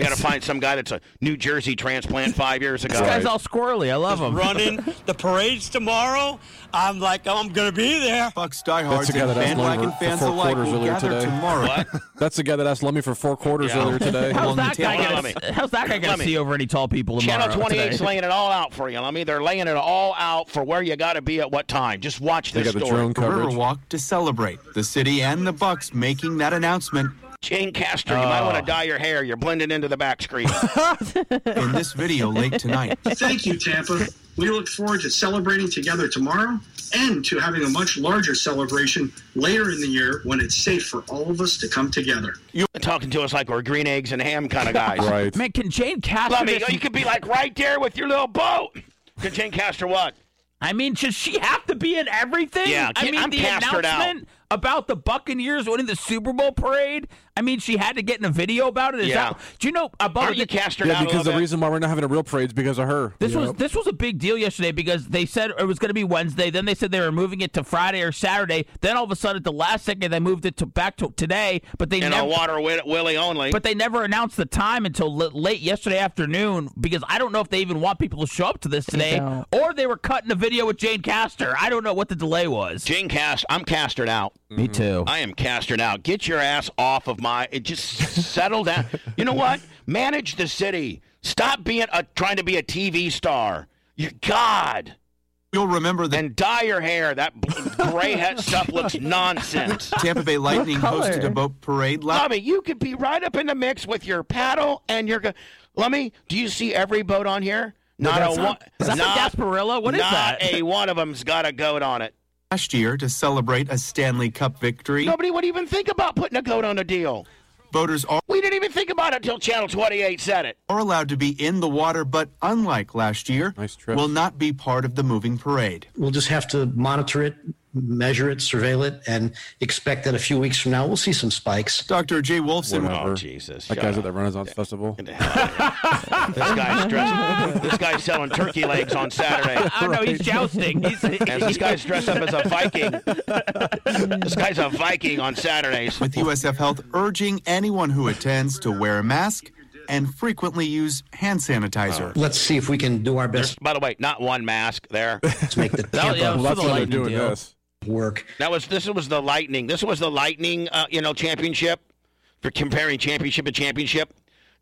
Speaker 4: got to find some guy that's a New Jersey transplant five years ago.
Speaker 8: this guy's all squirrely. I love him.
Speaker 15: running the parades tomorrow. I'm like, I'm gonna be there.
Speaker 14: Bucks
Speaker 9: That's
Speaker 14: diehards
Speaker 9: the guy
Speaker 14: and
Speaker 9: that asked Lummy
Speaker 14: bandwagon
Speaker 9: for- for
Speaker 14: fans
Speaker 9: four
Speaker 14: alike
Speaker 9: quarters
Speaker 14: will
Speaker 9: earlier
Speaker 14: gather
Speaker 9: today.
Speaker 14: tomorrow.
Speaker 9: That's the guy that asked Lummy for four quarters
Speaker 4: Yeah.
Speaker 9: earlier today.
Speaker 8: How's
Speaker 14: Along the
Speaker 8: that guy
Speaker 4: tail-
Speaker 8: gonna,
Speaker 4: Hold on, let me-
Speaker 8: How's that guy
Speaker 4: let
Speaker 8: gonna
Speaker 4: me-
Speaker 8: see over any tall people tomorrow?
Speaker 4: Channel 28's
Speaker 8: today?
Speaker 4: laying it all out for you, Lummy. They're laying it all out for where you got to be at what time. Just watch
Speaker 9: They
Speaker 4: this
Speaker 9: got the
Speaker 4: story.
Speaker 9: drone coverage.
Speaker 14: Riverwalk to celebrate. The city and the Bucks making that announcement.
Speaker 4: Jane Castor, you might want to dye your hair. You're blending into the back screen.
Speaker 14: in this video late tonight.
Speaker 16: Thank you, Tampa. We look forward to celebrating together tomorrow and to having a much larger celebration later in the year when it's safe for all of us to come together.
Speaker 4: You're talking to us like we're green eggs and ham kind of guys.
Speaker 9: Right.
Speaker 8: Man, can Jane Castor?
Speaker 4: Lummy,
Speaker 8: just-
Speaker 4: oh, you could be like right there with your little boat. Could Jane Castor what?
Speaker 8: I mean, should she have to be in everything?
Speaker 4: Yeah,
Speaker 8: I
Speaker 4: can-
Speaker 8: mean
Speaker 4: I'm
Speaker 8: the
Speaker 4: castored out.
Speaker 8: announcement. about the Buccaneers winning the Super Bowl parade? I mean, she had to get in a video about it. Is
Speaker 9: Yeah.
Speaker 8: that, do you know about
Speaker 9: Aren't you yeah, because the reason why we're not having a real parade is because of her.
Speaker 8: This
Speaker 9: you
Speaker 8: was
Speaker 9: know?
Speaker 8: this was a big deal yesterday because they said it was going to be Wednesday. Then they said they were moving it to Friday or Saturday. Then all of a sudden, at the last second, they moved it to back to today. But they
Speaker 4: And
Speaker 8: never
Speaker 4: a water wi- willy only.
Speaker 8: But they never announced the time until l- late yesterday afternoon because I don't know if they even want people to show up to this today,
Speaker 4: don't.
Speaker 8: or they were cutting a video with Jane Castor. I don't know what the delay was.
Speaker 4: Jane uh, Cast, I'm castered out.
Speaker 8: Me too.
Speaker 4: I am castered out. Get your ass off of my. It just settle down. You know what? Manage the city. Stop being a trying to be a TV star. You God.
Speaker 14: You'll remember
Speaker 4: that. And dye your hair. That bl- gray hat stuff looks nonsense.
Speaker 14: Tampa Bay Lightning hosted a boat parade last
Speaker 4: Lummy, you could be right up in the mix with your paddle and your. go- Lummy, do you see every boat on here?
Speaker 14: No,
Speaker 4: Not
Speaker 14: that's
Speaker 4: a
Speaker 14: not-
Speaker 4: one.
Speaker 14: is that from
Speaker 4: not,
Speaker 8: Gasparilla? What is
Speaker 4: not
Speaker 14: that?
Speaker 4: a one of them's got a goat on it.
Speaker 14: last year to celebrate a Stanley Cup victory.
Speaker 4: Nobody would even think about putting a goat on a deal.
Speaker 14: Voters are
Speaker 4: We didn't even think about it until Channel 28 said it.
Speaker 14: are allowed to be in the water, but unlike last year, will not be part of the moving parade.
Speaker 17: We'll just have to monitor it, measure it, surveil it, and expect that a few weeks from now we'll see some spikes.
Speaker 14: Dr. Jay Wolfson.
Speaker 9: Whatever.
Speaker 4: Oh, Jesus.
Speaker 9: That guy's at the Renaissance Festival.
Speaker 4: This guy's dressed. this guy's selling turkey legs on Saturday.
Speaker 9: I know, he's
Speaker 8: jousting. He's,
Speaker 4: and this guy's dressed up as a Viking. this guy's a Viking on Saturdays.
Speaker 14: With USF Health urging anyone who attends to wear a mask and frequently use hand sanitizer.
Speaker 17: Let's see if we can do our best.
Speaker 4: By the way, not one mask there.
Speaker 17: Let's make the
Speaker 8: oh,
Speaker 4: That,
Speaker 17: Tampa Lightning deal
Speaker 4: This.
Speaker 17: work.
Speaker 4: was this was the lightning. This was the lightning. Uh, you know, championship for comparing championship to championship,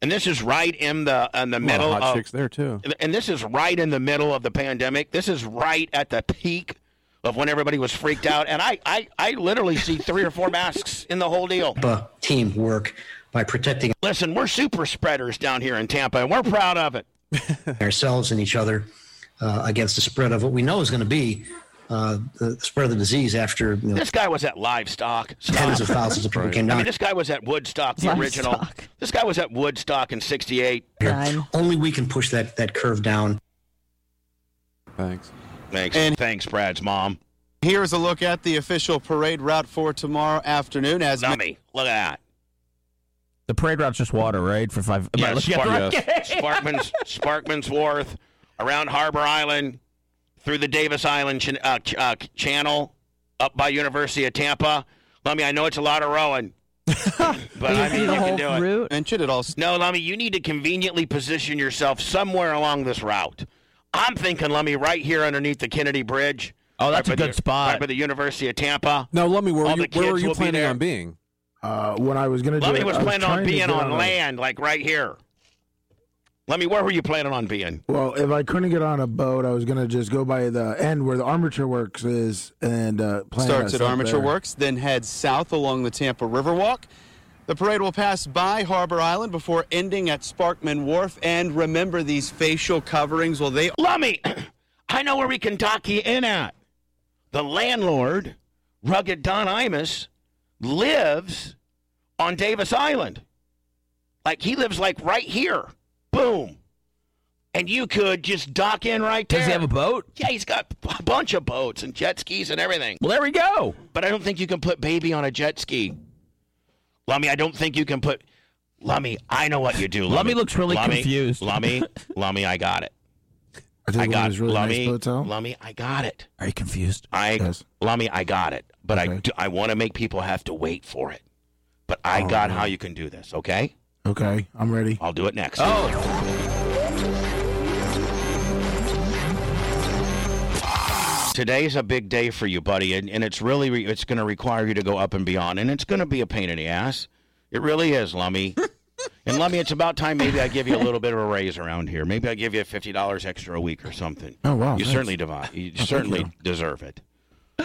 Speaker 4: and this is right in the in
Speaker 9: A lot
Speaker 4: the
Speaker 9: of
Speaker 4: middle
Speaker 9: hot
Speaker 4: of
Speaker 9: chicks there too.
Speaker 4: and this is right in the middle of the pandemic. This is right at the peak of when everybody was freaked out. And I, I, I literally see three or four masks in the whole deal.
Speaker 17: Tampa team work uh, by protecting
Speaker 4: Listen, we're super spreaders down here in Tampa, and we're proud of it.
Speaker 17: ourselves and each other uh, against the spread of what we know is going to be uh, the spread of the disease after you know,
Speaker 4: This guy was at livestock. Stop.
Speaker 17: tens of thousands of people came
Speaker 4: I
Speaker 17: down.
Speaker 4: mean, this guy was at Woodstock, the original.
Speaker 17: Livestock.
Speaker 4: This guy was at Woodstock in '68.
Speaker 17: Only we can push that, that curve down.
Speaker 9: Thanks.
Speaker 4: Thanks. thanks, Brad's mom.
Speaker 13: Here's a look at the official parade route for tomorrow afternoon. As
Speaker 4: Dummy, look at that.
Speaker 8: The parade route's just water, right? For five. am I
Speaker 4: Yeah,
Speaker 8: looking at the
Speaker 4: Spark-
Speaker 8: right-
Speaker 4: Sparkman's Sparkman's Wharf, around Harbor Island, through the Davis Island chan- uh, ch- uh, channel, up by University of Tampa. Lummy, I know it's a lot of rowing, but I mean you can do it.
Speaker 13: And should it all
Speaker 4: No, Lummy, you need to conveniently position yourself somewhere along this route. I'm thinking, Lummy, right here underneath the Kennedy Bridge.
Speaker 8: Oh,
Speaker 4: that's a good spot. Right by the University of Tampa.
Speaker 9: Now, Lummy, where
Speaker 4: All
Speaker 9: were you,
Speaker 4: the
Speaker 9: where were
Speaker 4: kids
Speaker 9: you
Speaker 4: will be
Speaker 9: planning
Speaker 4: there.
Speaker 9: on being?
Speaker 5: Uh, when I was gonna do
Speaker 4: Lummy
Speaker 5: it,
Speaker 4: was
Speaker 5: I was
Speaker 4: planning on
Speaker 5: trying to
Speaker 4: being
Speaker 5: get
Speaker 4: on
Speaker 5: a-
Speaker 4: land, like right here. Lummy, where were you planning on being?
Speaker 5: Well, if I couldn't get on a boat, I was gonna just go by the end where the armature works is and uh, plan
Speaker 13: starts
Speaker 5: that
Speaker 13: at
Speaker 5: stuff
Speaker 13: Armature
Speaker 5: there.
Speaker 13: Works, then heads south along the Tampa Riverwalk. The parade will pass by Harbor Island before ending at Sparkman Wharf. And remember these facial coverings? Well, they
Speaker 4: Lummy, I know where we can dock you in at. The landlord, rugged Don Imus, lives on Davis Island. Like he lives like right here. Boom. And you could just dock in right there. Does he have a
Speaker 8: boat?
Speaker 4: Yeah, he's got a bunch of boats and jet skis and everything.
Speaker 8: Well, there we go.
Speaker 4: But I don't think you can put baby on a jet ski. Lummy, I don't think you can put Lummy, I know what you do. Lummy,
Speaker 8: Lummy looks really
Speaker 4: Lummy,
Speaker 8: confused.
Speaker 4: Lummy, Lummy, I got it.
Speaker 5: I,
Speaker 4: I
Speaker 5: think
Speaker 4: got
Speaker 5: it was really
Speaker 4: Lummy,
Speaker 5: nice boats out.
Speaker 4: Lummy, I got it.
Speaker 8: Are you confused?
Speaker 4: I Lummy, I got it, but I do, I want to make people have to wait for it. But I
Speaker 5: Oh,
Speaker 4: got how you can do this. Okay,
Speaker 5: Okay, I'm ready.
Speaker 4: I'll do it next. Oh, today's a big day for you, buddy, and, and it's really re- it's going to require you to go up and beyond, and it's going to be a pain in the ass. It really is, Lummy. and Lummy, it's about time maybe I give you a little bit of a raise around here. Maybe I give you fifty dollars extra a week or something.
Speaker 5: Oh, wow,
Speaker 4: You
Speaker 5: thanks. Oh,
Speaker 4: certainly devi- You
Speaker 5: thank
Speaker 4: certainly
Speaker 5: you.
Speaker 4: deserve it.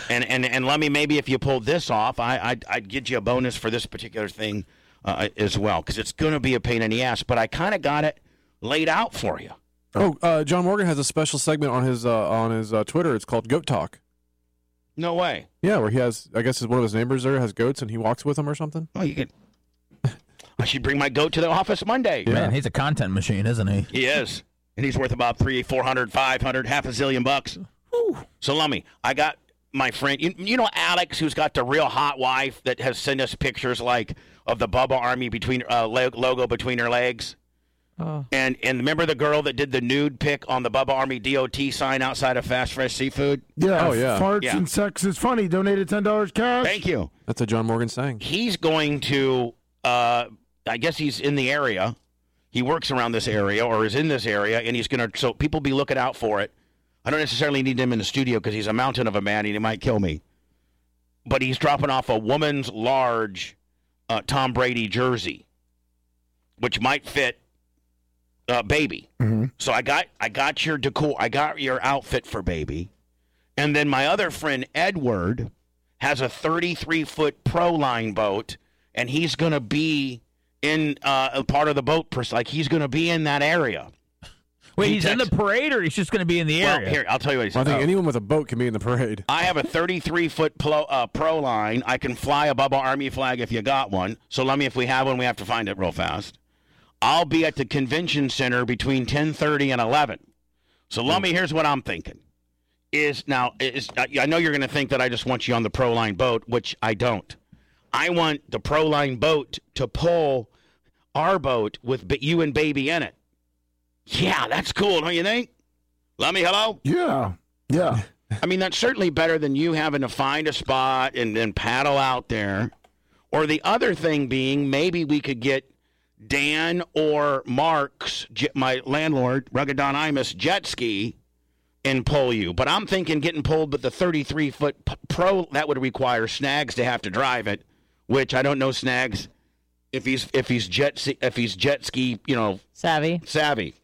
Speaker 4: And and and Lummy, maybe if you pulled this off, I I'd, I'd get you a bonus for this particular thing uh, as well because it's going to be a pain in the ass. But I kind of got it laid out for you.
Speaker 9: Oh, uh, John Morgan has a special segment on his uh, on his uh, Twitter. It's called Goat Talk.
Speaker 4: No way.
Speaker 9: Yeah, where he has, I guess, one of his neighbors there has goats, and he walks with them or something.
Speaker 4: Oh, you could. I should bring my goat to the office Monday.
Speaker 8: Oh, Man, he's a content machine, isn't he?
Speaker 4: He is. And he's worth about three, four hundred, five hundred, half a zillion bucks. So, Lummy, I got my friend, you, you know Alex, who's got the real hot wife that has sent us pictures like of the Bubba Army between uh, lo- logo between her legs. And and remember the girl that did the nude pic on the Bubba Army DOT sign outside of Fast Fresh Seafood?
Speaker 5: Yeah.
Speaker 9: Oh,
Speaker 5: Farts
Speaker 4: Yeah.
Speaker 5: and sex is funny. Donated ten dollars cash.
Speaker 4: Thank you.
Speaker 9: That's a John Morgan saying.
Speaker 4: He's going to, uh, I guess he's in the area. He works around this area or is in this area, and he's going to, so people be looking out for it. I don't necessarily need him in the studio because he's a mountain of a man and he might kill me. But he's dropping off a woman's large uh, Tom Brady jersey, which might fit uh, baby. So I got I got your decor, I got your outfit for baby, and then my other friend Edward has a 33 foot pro line boat, and he's gonna be in uh, a part of the boat, pers- like he's gonna be in that area.
Speaker 8: Wait,
Speaker 4: He
Speaker 8: he's in the parade or he's just going to be in the
Speaker 4: Well,
Speaker 8: area?
Speaker 4: here, I'll tell you what he's
Speaker 9: I think
Speaker 4: oh.
Speaker 9: anyone with a boat can be in the parade.
Speaker 4: I have a 33 foot pro, uh, pro line. I can fly a Bubba Army flag if you got one. So let me, if we have one, we have to find it real fast. I'll be at the convention center between 10:30 and 11. So let me. Here's what I'm thinking. Is now is I I know you're going to think that I just want you on the pro line boat, which I don't. I want the pro line boat to pull our boat with b- you and baby in it. Yeah, that's cool, don't you think? Let me hello.
Speaker 5: Yeah, yeah.
Speaker 4: I mean, that's certainly better than you having to find a spot and then paddle out there. Or the other thing being, maybe we could get Dan or Mark's, j- my landlord, Rugged Don Imus, jet ski and pull you. But I'm thinking getting pulled with the 33 foot p- pro, that would require Snags to have to drive it, which I don't know Snags if he's if he's jet ski, if he's jet ski, you know,
Speaker 7: Savvy.
Speaker 4: savvy.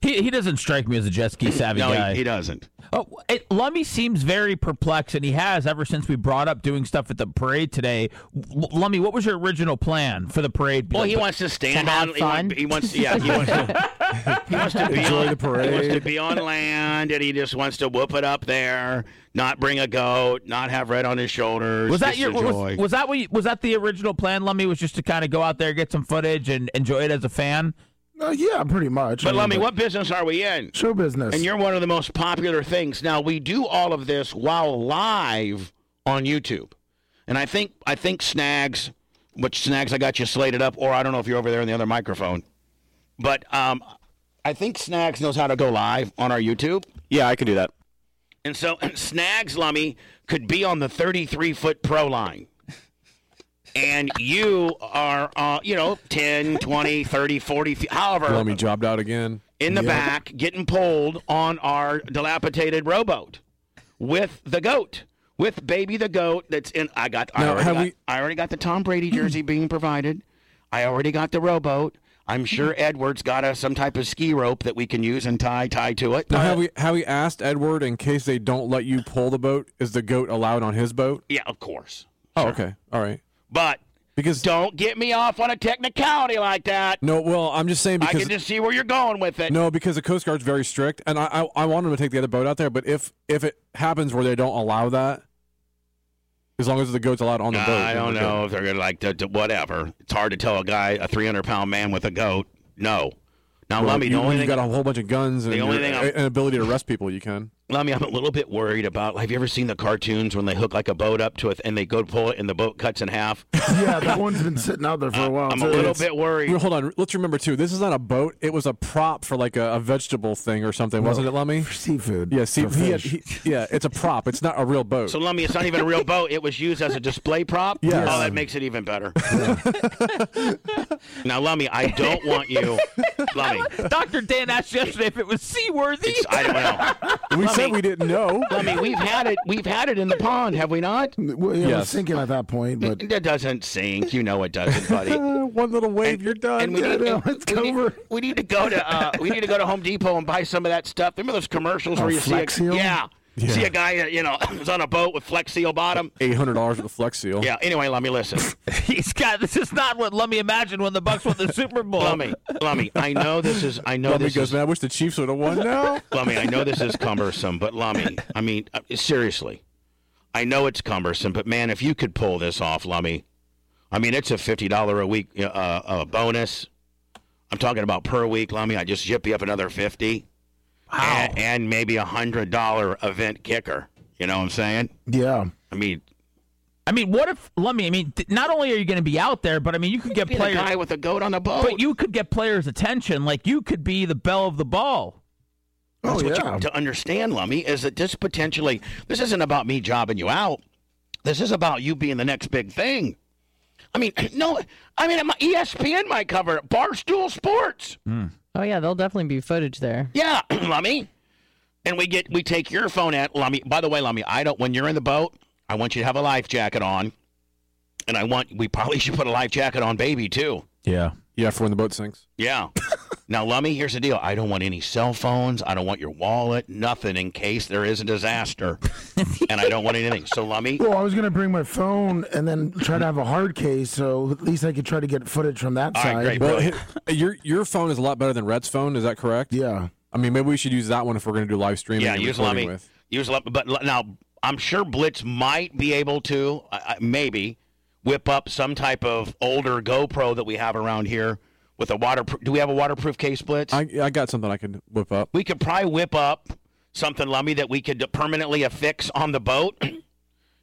Speaker 8: He, he doesn't strike me as a jet ski savvy
Speaker 4: No, he-
Speaker 8: guy.
Speaker 4: he doesn't.
Speaker 8: Oh, it, Lummy seems very perplexed, and he has ever since we brought up doing stuff at the parade today. L- Lummy, what was your original plan for the parade?
Speaker 4: Well, he wants to stand
Speaker 8: have
Speaker 4: on. He, want,
Speaker 8: fun.
Speaker 4: he wants, yeah, he wants to. He wants to be
Speaker 8: Enjoy
Speaker 4: on,
Speaker 8: the parade.
Speaker 4: He wants to be on land, and he just wants to whoop it up there. Not bring a goat. Not have red on his shoulders.
Speaker 8: Was that
Speaker 4: just
Speaker 8: your
Speaker 4: enjoy.
Speaker 8: was, was that what you, was that the original plan? Lummy was just to kind of go out there, get some footage, and enjoy it as a fan.
Speaker 5: Uh, yeah, pretty much.
Speaker 4: But Lummy, what business are we in?
Speaker 5: show business?
Speaker 4: And you're one of the most popular things. Now we do all of this while live on YouTube, and I think I think Snags, which Snags I got you slated up, or I don't know if you're over there in the other microphone, but um, I think Snags knows how to go live on our YouTube.
Speaker 10: Yeah, I can do that.
Speaker 4: And so Snags Lummy could be on the 33 foot pro line. And you are, uh, you know, 10, 20, 30, 40, feet, however,
Speaker 9: Lummy jobbed out again.
Speaker 4: in the
Speaker 9: Yep.
Speaker 4: back getting pulled on our dilapidated rowboat with the goat, with baby the goat that's in. I got, I,
Speaker 9: Now,
Speaker 4: already
Speaker 9: have
Speaker 4: got
Speaker 9: we-
Speaker 4: I already got the Tom Brady jersey being provided. I already got the rowboat. I'm sure Edward's got a, some type of ski rope that we can use and tie tie to it.
Speaker 9: Now, have we have we asked Edward in case they don't let you pull the boat? Is the goat allowed on his boat?
Speaker 4: yeah, of course.
Speaker 9: Oh, okay, all right.
Speaker 4: But
Speaker 9: because
Speaker 4: don't get me off on a technicality like that.
Speaker 9: No, well, I'm just saying
Speaker 4: I
Speaker 9: because
Speaker 4: can just see where you're going with it.
Speaker 9: no, because the Coast Guard's very strict, and I, I I want them to take the other boat out there. But if if it happens where they don't allow that, as long as the goat's allowed on the
Speaker 4: Uh,
Speaker 9: boat,
Speaker 4: I
Speaker 9: then
Speaker 4: don't
Speaker 9: we're good.
Speaker 4: know if they're gonna like to, to- whatever. It's hard to tell a guy, a 300 pound man with a goat, no. Now,
Speaker 9: Well,
Speaker 4: Lummy,
Speaker 9: you,
Speaker 4: the only
Speaker 9: have
Speaker 4: thing,
Speaker 9: got a whole bunch of guns and
Speaker 4: The only
Speaker 9: your-
Speaker 4: thing I'm-
Speaker 9: an ability to arrest people. You can.
Speaker 4: Lummy, I'm a little bit worried about. Have you ever seen the cartoons when they hook like a boat up to it and they go to pull it and the boat cuts in half?
Speaker 5: yeah, that one's been sitting out there for a while.
Speaker 4: I'm a
Speaker 5: too.
Speaker 4: little bit worried.
Speaker 9: Well, hold on. Let's remember too. This is not a boat. It was a prop for like a, a vegetable thing or something, wasn't it, Lummy? For
Speaker 5: seafood.
Speaker 9: Yeah, see,
Speaker 5: for
Speaker 9: he had-
Speaker 5: fish.
Speaker 9: he- yeah. It's a prop. It's not a real boat.
Speaker 4: So Lummy, it's not even a real boat. It was used as a display prop.
Speaker 9: Yes.
Speaker 4: Oh, that makes it even better. now, Lummy, I don't want you, Lummy.
Speaker 8: Doctor Dan asked yesterday if it was seaworthy.
Speaker 4: I don't know.
Speaker 9: we said we didn't know.
Speaker 4: Lummy, we've had it. We've had it in the pond, have we not?
Speaker 5: Well, yeah, I was thinking at that point, but
Speaker 4: That doesn't sink. You know it doesn't, buddy.
Speaker 9: One little wave, you're done.
Speaker 4: And we, need, and we need- we need to go to uh, we need to go to Home Depot and buy some of that stuff. Remember those commercials
Speaker 9: Oh,
Speaker 4: where you see
Speaker 9: Flex
Speaker 4: a,
Speaker 9: Seal?
Speaker 4: yeah,
Speaker 9: Yeah.
Speaker 4: see a guy that, you know is on a boat with Flex Seal bottom.
Speaker 9: Eight hundred dollars with a Flex Seal.
Speaker 4: Yeah. Anyway, let me listen.
Speaker 8: He's got this is not what Lummy imagined when the Bucks won the Super Bowl.
Speaker 4: Lummy, Lummy, I know this is I know
Speaker 9: Oh. Lummy
Speaker 4: this
Speaker 9: goes,
Speaker 4: is
Speaker 9: man. I wish the Chiefs would have won. No.
Speaker 4: Lummy, I know this is cumbersome, but Lummy, I mean uh, seriously, I know it's cumbersome, but man, if you could pull this off, Lummy, I mean it's a fifty dollar a week uh, uh, bonus. I'm talking about per week, Lummy. I just zip you up another fifty, wow. and, and maybe a hundred dollar event kicker. You know what I'm saying?
Speaker 5: Yeah.
Speaker 4: I mean,
Speaker 8: I mean, what if? Let me. I mean, th- not only are you going to be out there, but I mean, you could get
Speaker 4: be the
Speaker 8: players.
Speaker 4: guy with a goat on a boat.
Speaker 8: But you could get players' attention. Like you could be the bell of the ball.
Speaker 4: That's what you have to understand, Lummy, is that this potentially this isn't about me jobbing you out. This is about you being the next big thing. I mean, no, I mean E ESPN might cover it. Barstool Sports,
Speaker 7: Oh yeah, there'll definitely be footage there.
Speaker 4: yeah, Lummy. And we get we take your phone at Lummy. By the way, Lummy, I don't. When you're in the boat, I want you to have a life jacket on, and I want we probably should put a life jacket on, baby, too.
Speaker 8: Yeah.
Speaker 9: Yeah, for when the boat sinks.
Speaker 4: Yeah. now, Lummy, here's the deal. I don't want any cell phones. I don't want your wallet. Nothing in case there is a disaster. and I don't want anything. So, Lummy,
Speaker 5: Well, I was gonna bring my phone and then try to have a hard case, so at least I could try to get footage from that side.
Speaker 9: Well, hi- your your phone is a lot better than Red's phone. Is that correct?
Speaker 5: Yeah.
Speaker 9: I mean, maybe we should use that one if we're going to do live streaming.
Speaker 4: yeah,
Speaker 9: and
Speaker 4: use
Speaker 9: recording
Speaker 4: Lummy.
Speaker 9: With.
Speaker 4: Use Lummy. But l- now, I'm sure Blitz might be able to, I I- maybe, whip up some type of older GoPro that we have around here with a waterproof. Do we have a waterproof case, Blitz?
Speaker 9: I, I got something I could whip up.
Speaker 4: We could probably whip up something, Lummy, that we could permanently affix on the boat.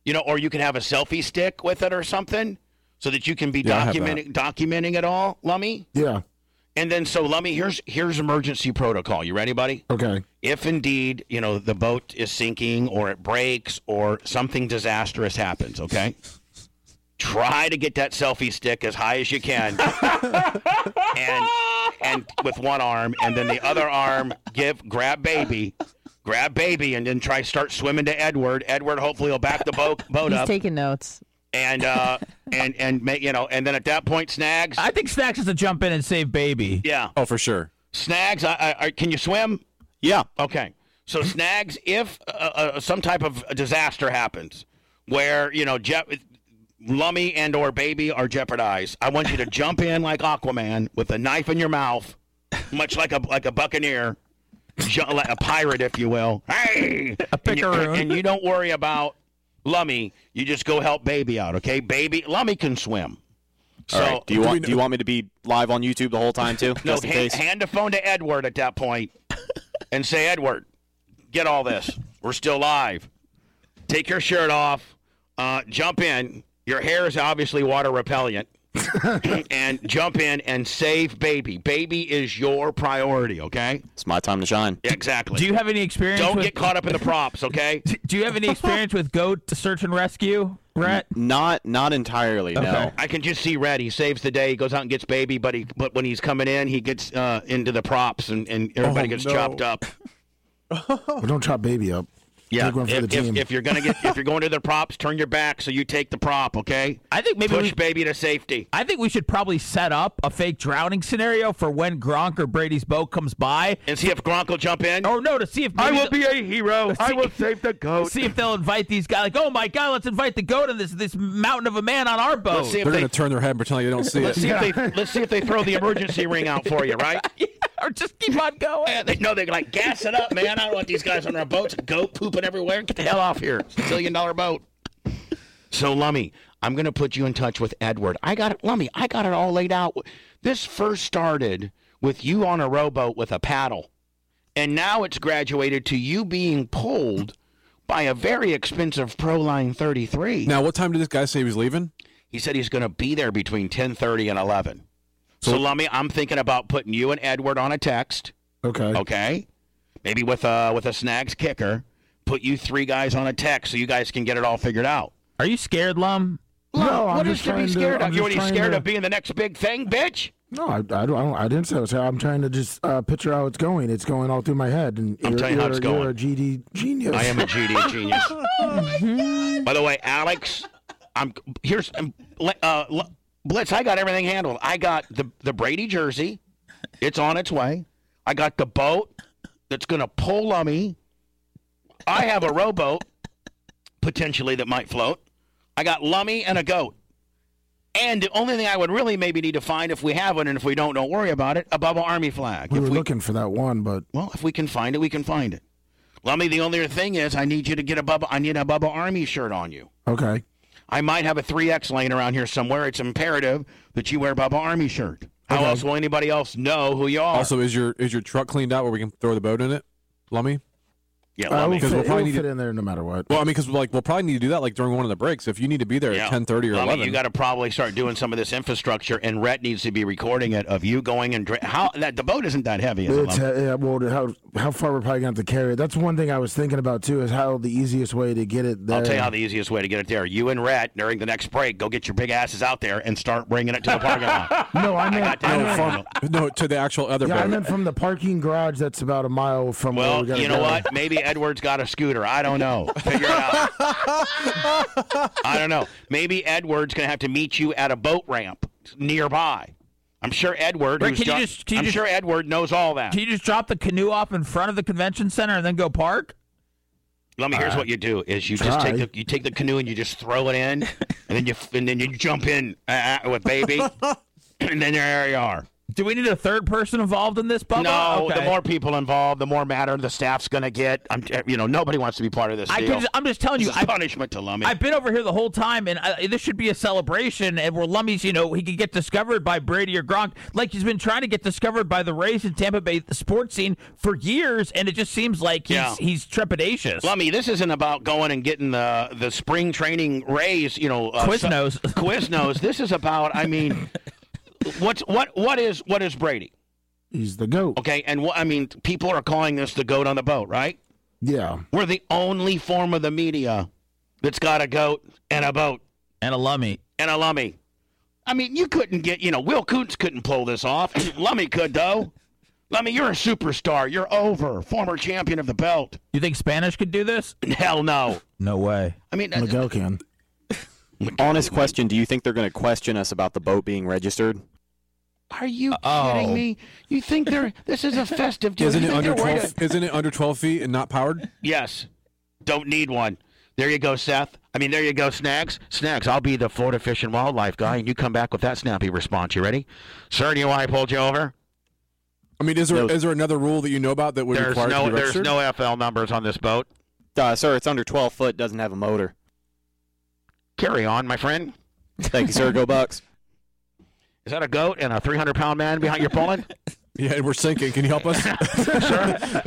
Speaker 4: you know, or you can have a selfie stick with it or something, so that you can be
Speaker 5: Yeah, I have
Speaker 4: documenting documenting it all, Lummy.
Speaker 5: Yeah.
Speaker 4: And then, so Lummy, here's here's emergency protocol. You ready, buddy?
Speaker 5: Okay.
Speaker 4: If indeed you know the boat is sinking, or it breaks, or something disastrous happens, okay. Try to get that selfie stick as high as you can, and and with one arm, and then the other arm, give grab baby, grab baby, and then try start swimming to Edward. Edward hopefully will back the boat boat
Speaker 7: He's
Speaker 4: up
Speaker 7: taking notes.
Speaker 4: and uh and and ma- you know and then at that point snags
Speaker 8: I think Snacks has to jump in and save baby.
Speaker 4: Yeah.
Speaker 9: Oh, for sure.
Speaker 4: snags I, I, I can you swim
Speaker 9: yeah
Speaker 4: okay so snags if uh, uh, some type of disaster happens where you know Jeff Lummy and or baby are jeopardized I want you to jump in like Aquaman with a knife in your mouth much like a like a buccaneer ju- like a pirate if you will hey a and you, and you don't worry about Lummy you just go help baby out okay baby Lummy can swim
Speaker 10: All right. Do you
Speaker 4: Do
Speaker 10: want
Speaker 4: we-
Speaker 10: do you want me to be live on YouTube the whole time too?
Speaker 4: No,
Speaker 10: just in
Speaker 4: hand,
Speaker 10: case.
Speaker 4: hand the phone to Edward at that point and say, Edward, get all this. We're still live. Take your shirt off. Uh, jump in. Your hair is obviously water repellent. and jump in and save baby. Baby is your priority, okay?
Speaker 10: It's my time to shine.
Speaker 4: Exactly.
Speaker 8: Do you have any experience?
Speaker 4: Don't
Speaker 8: with-
Speaker 4: get caught up in the props, okay?
Speaker 8: Do you have any experience with goat search and rescue, Rhett?
Speaker 10: Not not entirely. No.
Speaker 4: I can just see Red. He saves the day. He goes out and gets baby, but he but when he's coming in, he gets uh, into the props and, and everybody
Speaker 5: Oh,
Speaker 4: gets
Speaker 5: no.
Speaker 4: chopped up.
Speaker 5: Well, don't chop baby up.
Speaker 4: Yeah,
Speaker 5: Take one for
Speaker 4: if,
Speaker 5: the
Speaker 4: if-
Speaker 5: team.
Speaker 4: if you're gonna get if you're going to their props, turn your back so you take the prop. Okay.
Speaker 8: I think maybe
Speaker 4: push
Speaker 8: we-
Speaker 4: baby to safety.
Speaker 8: I think we should probably set up a fake drowning scenario for when Gronk or Brady's boat comes by
Speaker 4: and see if Gronk will jump in.
Speaker 8: Or no, to see if
Speaker 2: I
Speaker 8: maybe
Speaker 2: will
Speaker 8: the-
Speaker 2: be a hero. I will save the goat.
Speaker 8: See if they'll invite these guys. Like, oh my god, let's invite the goat and this this mountain of a man on our boat.
Speaker 4: Let's see if
Speaker 9: They're
Speaker 4: they-
Speaker 9: going to turn their head and pretend like they don't see
Speaker 4: Let's
Speaker 9: it.
Speaker 4: see if they let's see if they throw the emergency ring out for you, right?
Speaker 8: or just keep on going.
Speaker 4: they, no, they're like gas it up, man. I don't want these guys on our boats. Goat pooping everywhere. Get the hell off here. It's a billion dollar boat. So Lummy, I'm gonna put you in touch with Edward. I got it, Lummy. I got it all laid out. This first started with you on a rowboat with a paddle, and now it's graduated to you being pulled by a very expensive Proline 33.
Speaker 9: Now, what time did this guy say he was leaving?
Speaker 4: He said he's going to be there between 10:30 and 11. So, Lummy, I'm thinking about putting you and Edward on a text.
Speaker 5: Okay.
Speaker 4: Okay. Maybe with a with a snags kicker, put you three guys on a text so you guys can get it all figured out.
Speaker 8: Are you scared, Lum?
Speaker 5: No, I'm
Speaker 4: what
Speaker 5: just
Speaker 4: is to be
Speaker 5: trying to-
Speaker 4: scared
Speaker 5: I'm
Speaker 4: of? You
Speaker 5: just
Speaker 4: already
Speaker 5: trying
Speaker 4: scared
Speaker 5: to-
Speaker 4: of being the next big thing, bitch?
Speaker 5: No, I, I, don't, I don't- I didn't say it was how- I'm trying to just uh, picture how it's going. It's going all through my head. And
Speaker 4: I'm
Speaker 5: you're,
Speaker 4: telling you how
Speaker 5: you're-
Speaker 4: it's going.
Speaker 5: You're a GD genius.
Speaker 4: I am a GD genius. By the way, Alex, I'm here's um, le- uh, Le- Blitz. I got everything handled. I got the the Brady jersey. It's on its way. I got the boat that's gonna pull on me. I have a rowboat potentially that might float. I got Lummy and a goat. And the only thing I would really maybe need to find if we have one, and if we don't, don't worry about it, a Bubba Army flag.
Speaker 5: We
Speaker 4: If
Speaker 5: were
Speaker 4: we
Speaker 5: looking for that one, but
Speaker 4: well, if we can find it, we can find it. Lummy, the only thing is, I need you to get a Bubba. I need a Bubba Army shirt on you.
Speaker 5: okay.
Speaker 4: I might have a 3X laying around here somewhere. It's imperative that you wear a Bubba Army shirt. How else will anybody else know who you are?
Speaker 9: Also, is your is your truck cleaned out where we can throw the boat in it, Lummy?
Speaker 4: Yeah,
Speaker 5: Uh,
Speaker 4: well,
Speaker 5: it
Speaker 4: I
Speaker 5: will
Speaker 4: mean-
Speaker 5: fit- it will fit in there no matter what.
Speaker 9: Well, I mean, because like we'll probably need to do that like during one of the breaks. If you need to be there at ten thirty or
Speaker 4: Well, I mean,
Speaker 9: eleven,
Speaker 4: you got to probably start doing some of this infrastructure, and Rhett needs to be recording it of you going and dra- how that the boat isn't that heavy. Is it,
Speaker 5: It's,
Speaker 4: Lump?
Speaker 5: uh, yeah, well, how how far we're probably gonna have to carry it. That's one thing I was thinking about too is how the easiest way to get it there.
Speaker 4: I'll tell
Speaker 9: uh,
Speaker 4: you how the easiest way to get it there. You and Rhett during the next break, go get your big asses out there and start bringing it to the parking lot.
Speaker 5: no, I meant
Speaker 4: I
Speaker 9: no,
Speaker 4: meant-
Speaker 9: from- no, to the actual other.
Speaker 5: yeah, I
Speaker 9: boat.
Speaker 5: meant from the parking garage that's about a mile from where
Speaker 4: Well,
Speaker 5: we gotta
Speaker 4: you know
Speaker 5: go.
Speaker 4: what? Maybe Edward's got a scooter. I don't know. Figure it out. I don't know. Maybe Edward's gonna have to meet you at a boat ramp nearby. I'm sure Edward.
Speaker 8: Rick,
Speaker 4: who's
Speaker 8: can you
Speaker 4: done-
Speaker 8: just- can you
Speaker 4: I'm
Speaker 8: just-
Speaker 4: sure Edward knows all that.
Speaker 8: Can you just drop the canoe off in front of the convention center and then go park?
Speaker 4: Let me. Here's what you do: is you just take
Speaker 8: Try.
Speaker 4: the you take the canoe and you just throw it in, and then you and then you jump in uh, uh, with baby, and then there you are.
Speaker 8: Do we need a third person involved in this, Bubba?
Speaker 4: No,
Speaker 8: Oh, Okay.
Speaker 4: the more people involved, the more matter the staff's gonna get. I'm, t- you know, nobody wants to be part of this.
Speaker 8: I
Speaker 4: deal.
Speaker 8: can just, I'm just telling
Speaker 4: This
Speaker 8: you,
Speaker 4: is
Speaker 8: I,
Speaker 4: punishment to Lummy.
Speaker 8: I've been over here the whole time, and I, this should be a celebration. And where Lummy's, you know, he could get discovered by Brady or Gronk, like he's been trying to get discovered by the Rays and Tampa Bay sports scene for years, and it just seems like he's
Speaker 4: Yeah.
Speaker 8: he's trepidatious.
Speaker 4: Lummy, this isn't about going and getting the the spring training raise. You know, uh,
Speaker 8: Quiznos.
Speaker 4: so- Quiznos. This is about. I mean, what's what what is what is Brady?
Speaker 5: He's the goat.
Speaker 4: Okay, and what I mean, people are calling this the goat on the boat, right?
Speaker 5: Yeah.
Speaker 4: We're the only form of the media that's got a goat and a boat
Speaker 8: and a lummy
Speaker 4: and a lummy. I mean, you couldn't get, you know, Will Coots couldn't pull this off. lummy could though. Lummy, you're a superstar. You're over, former champion of the belt.
Speaker 8: You think Spanish could do this?
Speaker 4: Hell no.
Speaker 8: No way.
Speaker 4: I mean,
Speaker 5: Miguel can.
Speaker 10: Honest question: Do you think they're going to question us about the boat being registered?
Speaker 4: Are you
Speaker 10: Oh.
Speaker 4: kidding me? You think they're this is a festive deal?
Speaker 9: Isn't it
Speaker 4: You think
Speaker 9: under
Speaker 4: they're worried
Speaker 9: twelve?
Speaker 4: a-
Speaker 9: Isn't it under twelve feet and not powered?
Speaker 4: Yes. Don't need one. There you go, Seth. I mean, there you go, Snags. Snags, I'll be the Florida Fish and Wildlife guy, and you come back with that snappy response. You ready? Sir, do you want I pulled you over?
Speaker 9: I mean, is there is
Speaker 4: No.
Speaker 9: there another rule that you know about that would
Speaker 4: There's
Speaker 9: require it to
Speaker 4: no,
Speaker 9: be
Speaker 4: there's
Speaker 9: registered?
Speaker 4: no FL numbers on this boat.
Speaker 10: Uh, sir, it's under twelve foot. Doesn't have a motor.
Speaker 4: Carry on, my friend.
Speaker 10: Thank you, sir. Go Bucks.
Speaker 4: Is that a goat and a 300 pound man behind your pulling?
Speaker 9: Yeah, we're sinking. Can you help us?
Speaker 4: Sir,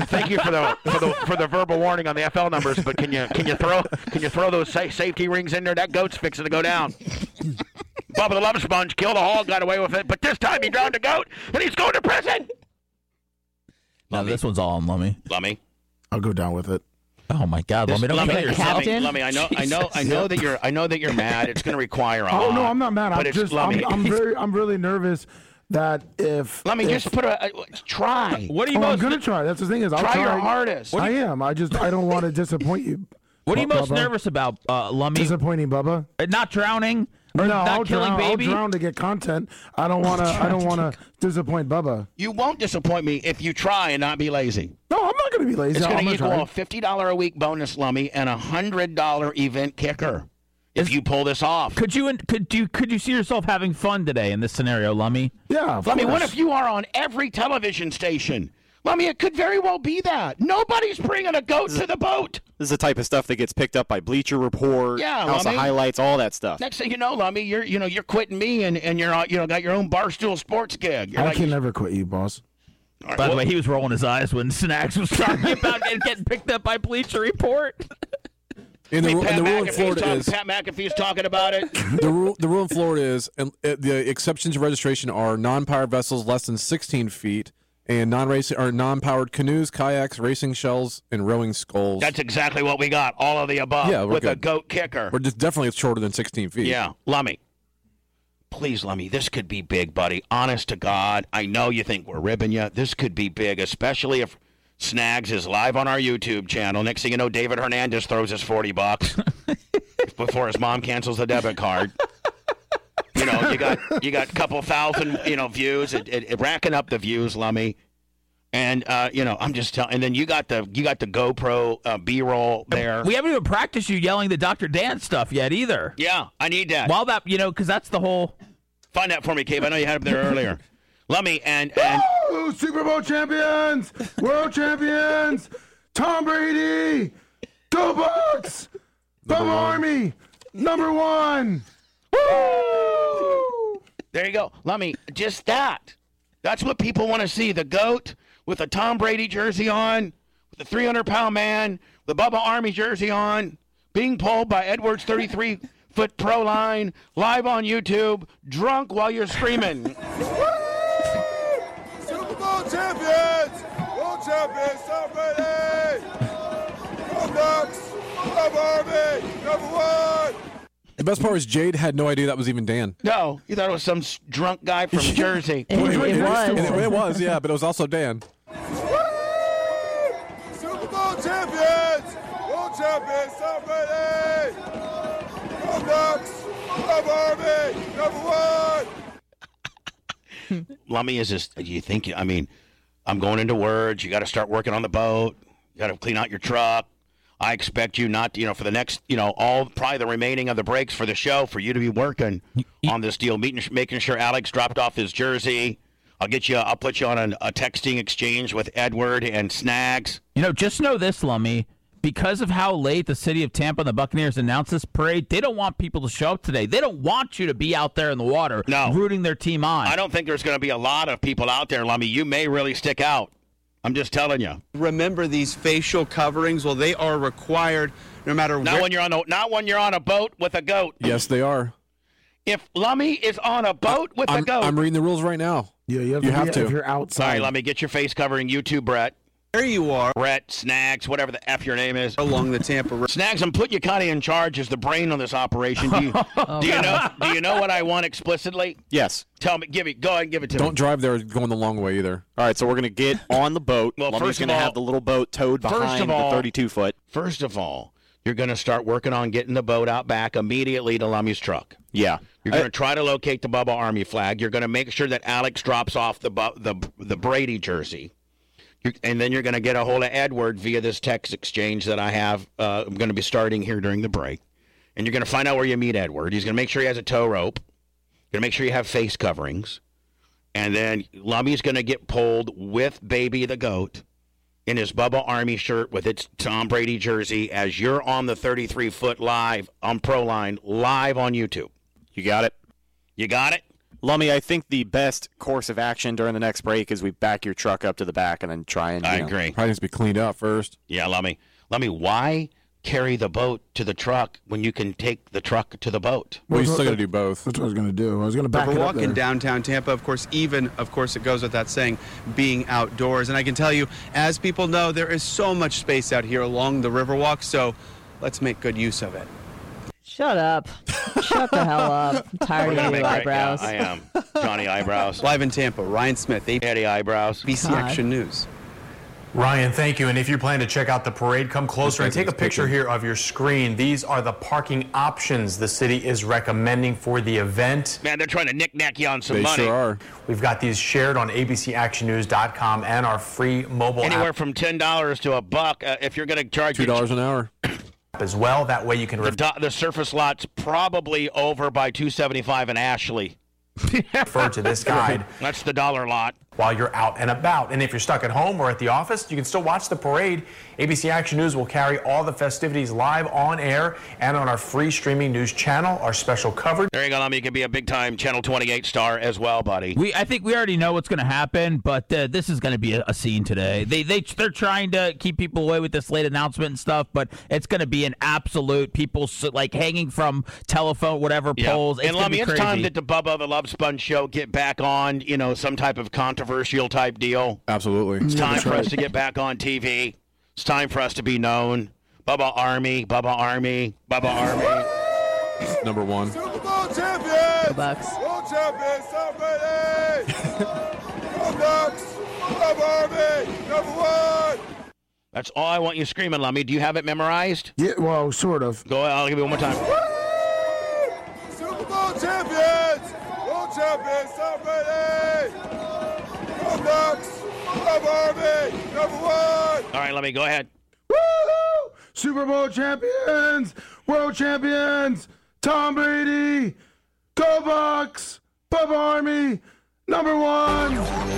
Speaker 4: thank you for the, for the for the verbal warning on the FL numbers, but can you can you throw can you throw those sa- safety rings in there? That goat's fixing to go down. Bubba the Love Sponge killed a hog, got away with it, but this time he drowned a goat and he's going to prison.
Speaker 8: No, this one's all on Lummy.
Speaker 4: Lummy.
Speaker 5: I'll go down with it.
Speaker 8: Oh my God, Lummy! Don't
Speaker 4: Lummi,
Speaker 8: kill yourself.
Speaker 4: Lummi, Lummi, I know, Uh, I know, I know that you're, I know that you're mad. It's going to require. A
Speaker 5: Oh
Speaker 4: lot,
Speaker 5: no, I'm not mad.
Speaker 4: But
Speaker 5: I'm
Speaker 4: it's
Speaker 5: just
Speaker 4: Lummi.
Speaker 5: I'm, I'm very I'm really nervous that if
Speaker 4: Lummi,
Speaker 5: if,
Speaker 4: just put a, a- try.
Speaker 8: What
Speaker 5: Oh, I'm gonna try. That's the thing is I'll
Speaker 4: Try
Speaker 5: try
Speaker 4: your hardest. What
Speaker 5: I
Speaker 4: do you-
Speaker 5: am. I just I don't want to disappoint you.
Speaker 8: What are you
Speaker 5: Bu-
Speaker 8: most
Speaker 5: Bubba.
Speaker 8: nervous about, uh, Lummy?
Speaker 5: Disappointing, Bubba.
Speaker 8: Uh, Not drowning or
Speaker 5: No,
Speaker 8: not
Speaker 5: I'll
Speaker 8: killing
Speaker 5: drown.
Speaker 8: baby?
Speaker 5: I'll drown to get content. I don't want to. I don't want to disappoint Bubba.
Speaker 4: You won't disappoint me if you try and not be lazy.
Speaker 5: No, I'm not gonna be lazy.
Speaker 4: It's
Speaker 5: I'm
Speaker 4: going to
Speaker 5: gonna
Speaker 4: equal
Speaker 5: try.
Speaker 4: a fifty dollar a week bonus lummy and a hundred dollar event kicker if you pull this off.
Speaker 8: Could you could you could you see yourself having fun today in this scenario, Lummy?
Speaker 5: Yeah, of
Speaker 4: Lummy, what
Speaker 8: course.
Speaker 4: if you are on every television station? Lummy, it could very well be that nobody's bringing a goat to the boat.
Speaker 10: This is the type of stuff that gets picked up by Bleacher Report,
Speaker 4: Yeah,
Speaker 10: House
Speaker 4: Lummi.
Speaker 10: of Highlights, all that stuff.
Speaker 4: Next thing you know, Lummy, you're you know you're quitting me and and you're on- you know got your own barstool sports gig. You're
Speaker 5: I
Speaker 4: like,
Speaker 5: can never quit you, boss.
Speaker 4: right,
Speaker 8: By the
Speaker 4: well-
Speaker 8: way, he was rolling his eyes when Snacks was talking about it getting picked up by Bleacher Report.
Speaker 9: And the,
Speaker 4: I mean,
Speaker 9: ru-
Speaker 4: Pat
Speaker 9: and the rule in
Speaker 4: McAfee's
Speaker 9: Florida
Speaker 4: talking-
Speaker 9: is
Speaker 4: Pat McAfee's talking about it.
Speaker 9: the rule the rule in Florida is and uh, the exceptions to registration are non-powered vessels less than 16 feet and non-racing or non-powered canoes, kayaks, racing shells, and rowing sculls.
Speaker 4: That's exactly what we got. All of the above
Speaker 9: Yeah, we're
Speaker 4: with a
Speaker 9: good.
Speaker 4: goat kicker.
Speaker 9: We're just definitely shorter than 16 feet.
Speaker 4: Yeah, Lummy. Please, Lummy, this could be big, buddy. Honest to God, I know you think we're ribbing you. This could be big, especially if Snags is live on our YouTube channel. Next thing you know, David Hernandez throws us 40 bucks before his mom cancels the debit card. You know, you got you got a couple thousand, you know, views, it, it, it racking up the views, Lummy. And uh, you know, I'm just telling. And then you got the you got the GoPro uh, B-roll there.
Speaker 8: We haven't even practiced you yelling the Dr. Dan stuff yet either.
Speaker 4: yeah, I need that.
Speaker 8: While that, you know, because that's the whole.
Speaker 4: Find that for me, Cave. I know you had it there earlier. Let me and and
Speaker 5: Woo! Super Bowl champions, world champions, Tom Brady, Go Bucks, Bubba Army, number one.
Speaker 4: there you go. Let me just that. That's what people want to see. The goat with a Tom Brady jersey on, with the 300 pound man, the Bubba Army jersey on, being pulled by Edwards 33 foot pro line, live on YouTube, drunk while you're screaming.
Speaker 2: Super Bowl champions! World champions, Tom Brady! Go Ducks! Go Army! Number one!
Speaker 9: The best part was Jade had no idea that was even Dan.
Speaker 4: No, you thought it was some s- drunk guy from Jersey.
Speaker 9: Wait, wait, and It, it was, yeah, but it was also Dan.
Speaker 2: Super Bowl champions! World champions, Tom Brady! Go Ducks! Go Army! Number one!
Speaker 4: Lummy is just, you think, I mean, I'm going into words. You got to start working on the boat. You got to clean out your truck. I expect you not, to, you know, for the next, you know, all probably the remaining of the breaks for the show for you to be working on this deal, meeting, making sure Alex dropped off his jersey. I'll get you, I'll put you on an, a texting exchange with Edward and Snags.
Speaker 8: You know, just know this, Lummy. Because of how late the city of Tampa and the Buccaneers announced this parade, they don't want people to show up today. They don't want you to be out there in the water rooting their team on.
Speaker 4: I don't think there's going to be a lot of people out there, Lummy. You may really stick out. I'm just telling you.
Speaker 13: Remember these facial coverings? Well, they are required no matter
Speaker 4: Not
Speaker 13: where.
Speaker 4: when you're on a not when you're on a boat with a goat.
Speaker 9: Yes, they are.
Speaker 4: If Lummy is on a boat with a
Speaker 9: I'm,
Speaker 4: goat,
Speaker 9: I'm reading the rules right now. Yeah, you have, to.
Speaker 4: outside. All right, let me get your face covering. You too, Brett.
Speaker 13: There you are.
Speaker 4: Brett, Snags, whatever the F your name is.
Speaker 13: Along the Tampa River.
Speaker 4: Snags, I'm putting you kind of in charge as the brain on this operation. Do you, do you know do you know what I want explicitly?
Speaker 10: Yes.
Speaker 4: Tell me, give it, go ahead and give it to
Speaker 9: Don't
Speaker 4: me.
Speaker 9: drive there going the long way either.
Speaker 10: All right, so we're gonna get on the boat.
Speaker 4: Well,
Speaker 10: Lummy's
Speaker 4: first of
Speaker 10: gonna
Speaker 4: all-
Speaker 10: have the little boat towed
Speaker 4: First of
Speaker 10: behind
Speaker 4: all-
Speaker 10: the 32 foot.
Speaker 4: First of all, you're going to start working on getting the boat out back immediately to Lummy's truck.
Speaker 10: Yeah.
Speaker 4: You're going to try to locate the Bubba Army flag. You're going to make sure that Alex drops off the Bu- the the Brady jersey. You're, and then you're going to get a hold of Edward via this text exchange that I have. Uh, I'm going to be starting here during the break. And you're going to find out where you meet Edward. He's going to make sure he has a tow rope. You're going to make sure you have face coverings. And then Lummy's going to get pulled with Baby the Goat in his Bubba Army shirt with its Tom Brady jersey as you're on the 33 foot live on Proline, live on YouTube.
Speaker 10: You got it.
Speaker 4: You got it.
Speaker 10: Lummy, I think the best course of action during the next break is we back your truck up to the back and then try and.
Speaker 4: I
Speaker 10: you know-
Speaker 4: agree.
Speaker 9: Probably needs to be cleaned up first.
Speaker 4: Yeah, Lummy. Lummy, why carry the boat to the truck when you can take the truck to the boat?
Speaker 9: Well, you still got to do both.
Speaker 5: That's what I was going to do. I was going to back
Speaker 13: Riverwalk
Speaker 5: it up there.
Speaker 13: in downtown Tampa, of course, even, of course, it goes without saying, being outdoors. And I can tell you, as people know, there is so much space out here along the Riverwalk, so let's make good use of it.
Speaker 7: Shut up. Shut the hell up. I'm tired of you eyebrows.
Speaker 4: I um, am. Johnny Eyebrows.
Speaker 13: Live in Tampa, Ryan Smith,
Speaker 4: Eddie Eyebrows,
Speaker 13: BC
Speaker 7: God.
Speaker 13: Action News.
Speaker 11: Ryan, thank you. And if you're planning to check out the parade, come closer and take a picture here of your screen. These are the parking options the city is recommending for the event.
Speaker 4: Man, they're trying to knick-knack you on some
Speaker 11: They
Speaker 4: money.
Speaker 11: sure We've got these shared on abcactionnews.com and our free mobile app.
Speaker 4: Anywhere from ten dollars to a buck uh, if you're going to charge two
Speaker 9: dollars an hour.
Speaker 11: as well. That way you can
Speaker 4: The, do- the surface lot's probably over by two seventy-five in Ashley.
Speaker 11: refer to this guide
Speaker 4: That's the dollar lot.
Speaker 11: while you're out and about. And if you're stuck at home or at the office, you can still watch the parade. ABC Action News will carry all the festivities live on air and on our free streaming news channel, our special coverage.
Speaker 4: There you go, Lummy. You can be a big-time Channel Twenty-Eight star as well, buddy.
Speaker 8: We, I think we already know what's going to happen, but uh, this is going to be a, a scene today. They, they, they're trying to keep people away with this late announcement and stuff, but it's going to be an absolute people s- like hanging from telephone, whatever
Speaker 4: Yeah.
Speaker 8: poles. It's
Speaker 4: and
Speaker 8: gonna be
Speaker 4: Lummy, it's
Speaker 8: crazy.
Speaker 4: time that the Bubba the Love Sponge show get back on. You know, some type of controversial type deal.
Speaker 9: Absolutely.
Speaker 4: It's time
Speaker 9: That's
Speaker 4: for
Speaker 9: right.
Speaker 4: us to get back on TV. It's time for us to be known. Bubba Army, Bubba Army, Bubba Army.
Speaker 9: Number one.
Speaker 2: Super Bowl champions!
Speaker 7: Go Bucks.
Speaker 2: World champions, Tom Brady! Go Ducks! Go Army! Number one!
Speaker 4: That's all I want you screaming, Lummy. Do you have it memorized?
Speaker 5: Yeah, well, sort of.
Speaker 4: Go. I'll give you one more time.
Speaker 2: Super Bowl champions! World champions, Tom Brady! Go Ducks! Go Army! Number one!
Speaker 4: All right, Lummy, go ahead.
Speaker 5: Super Bowl champions, world champions, Tom Brady, Go Bucks, Bubba Army, number one.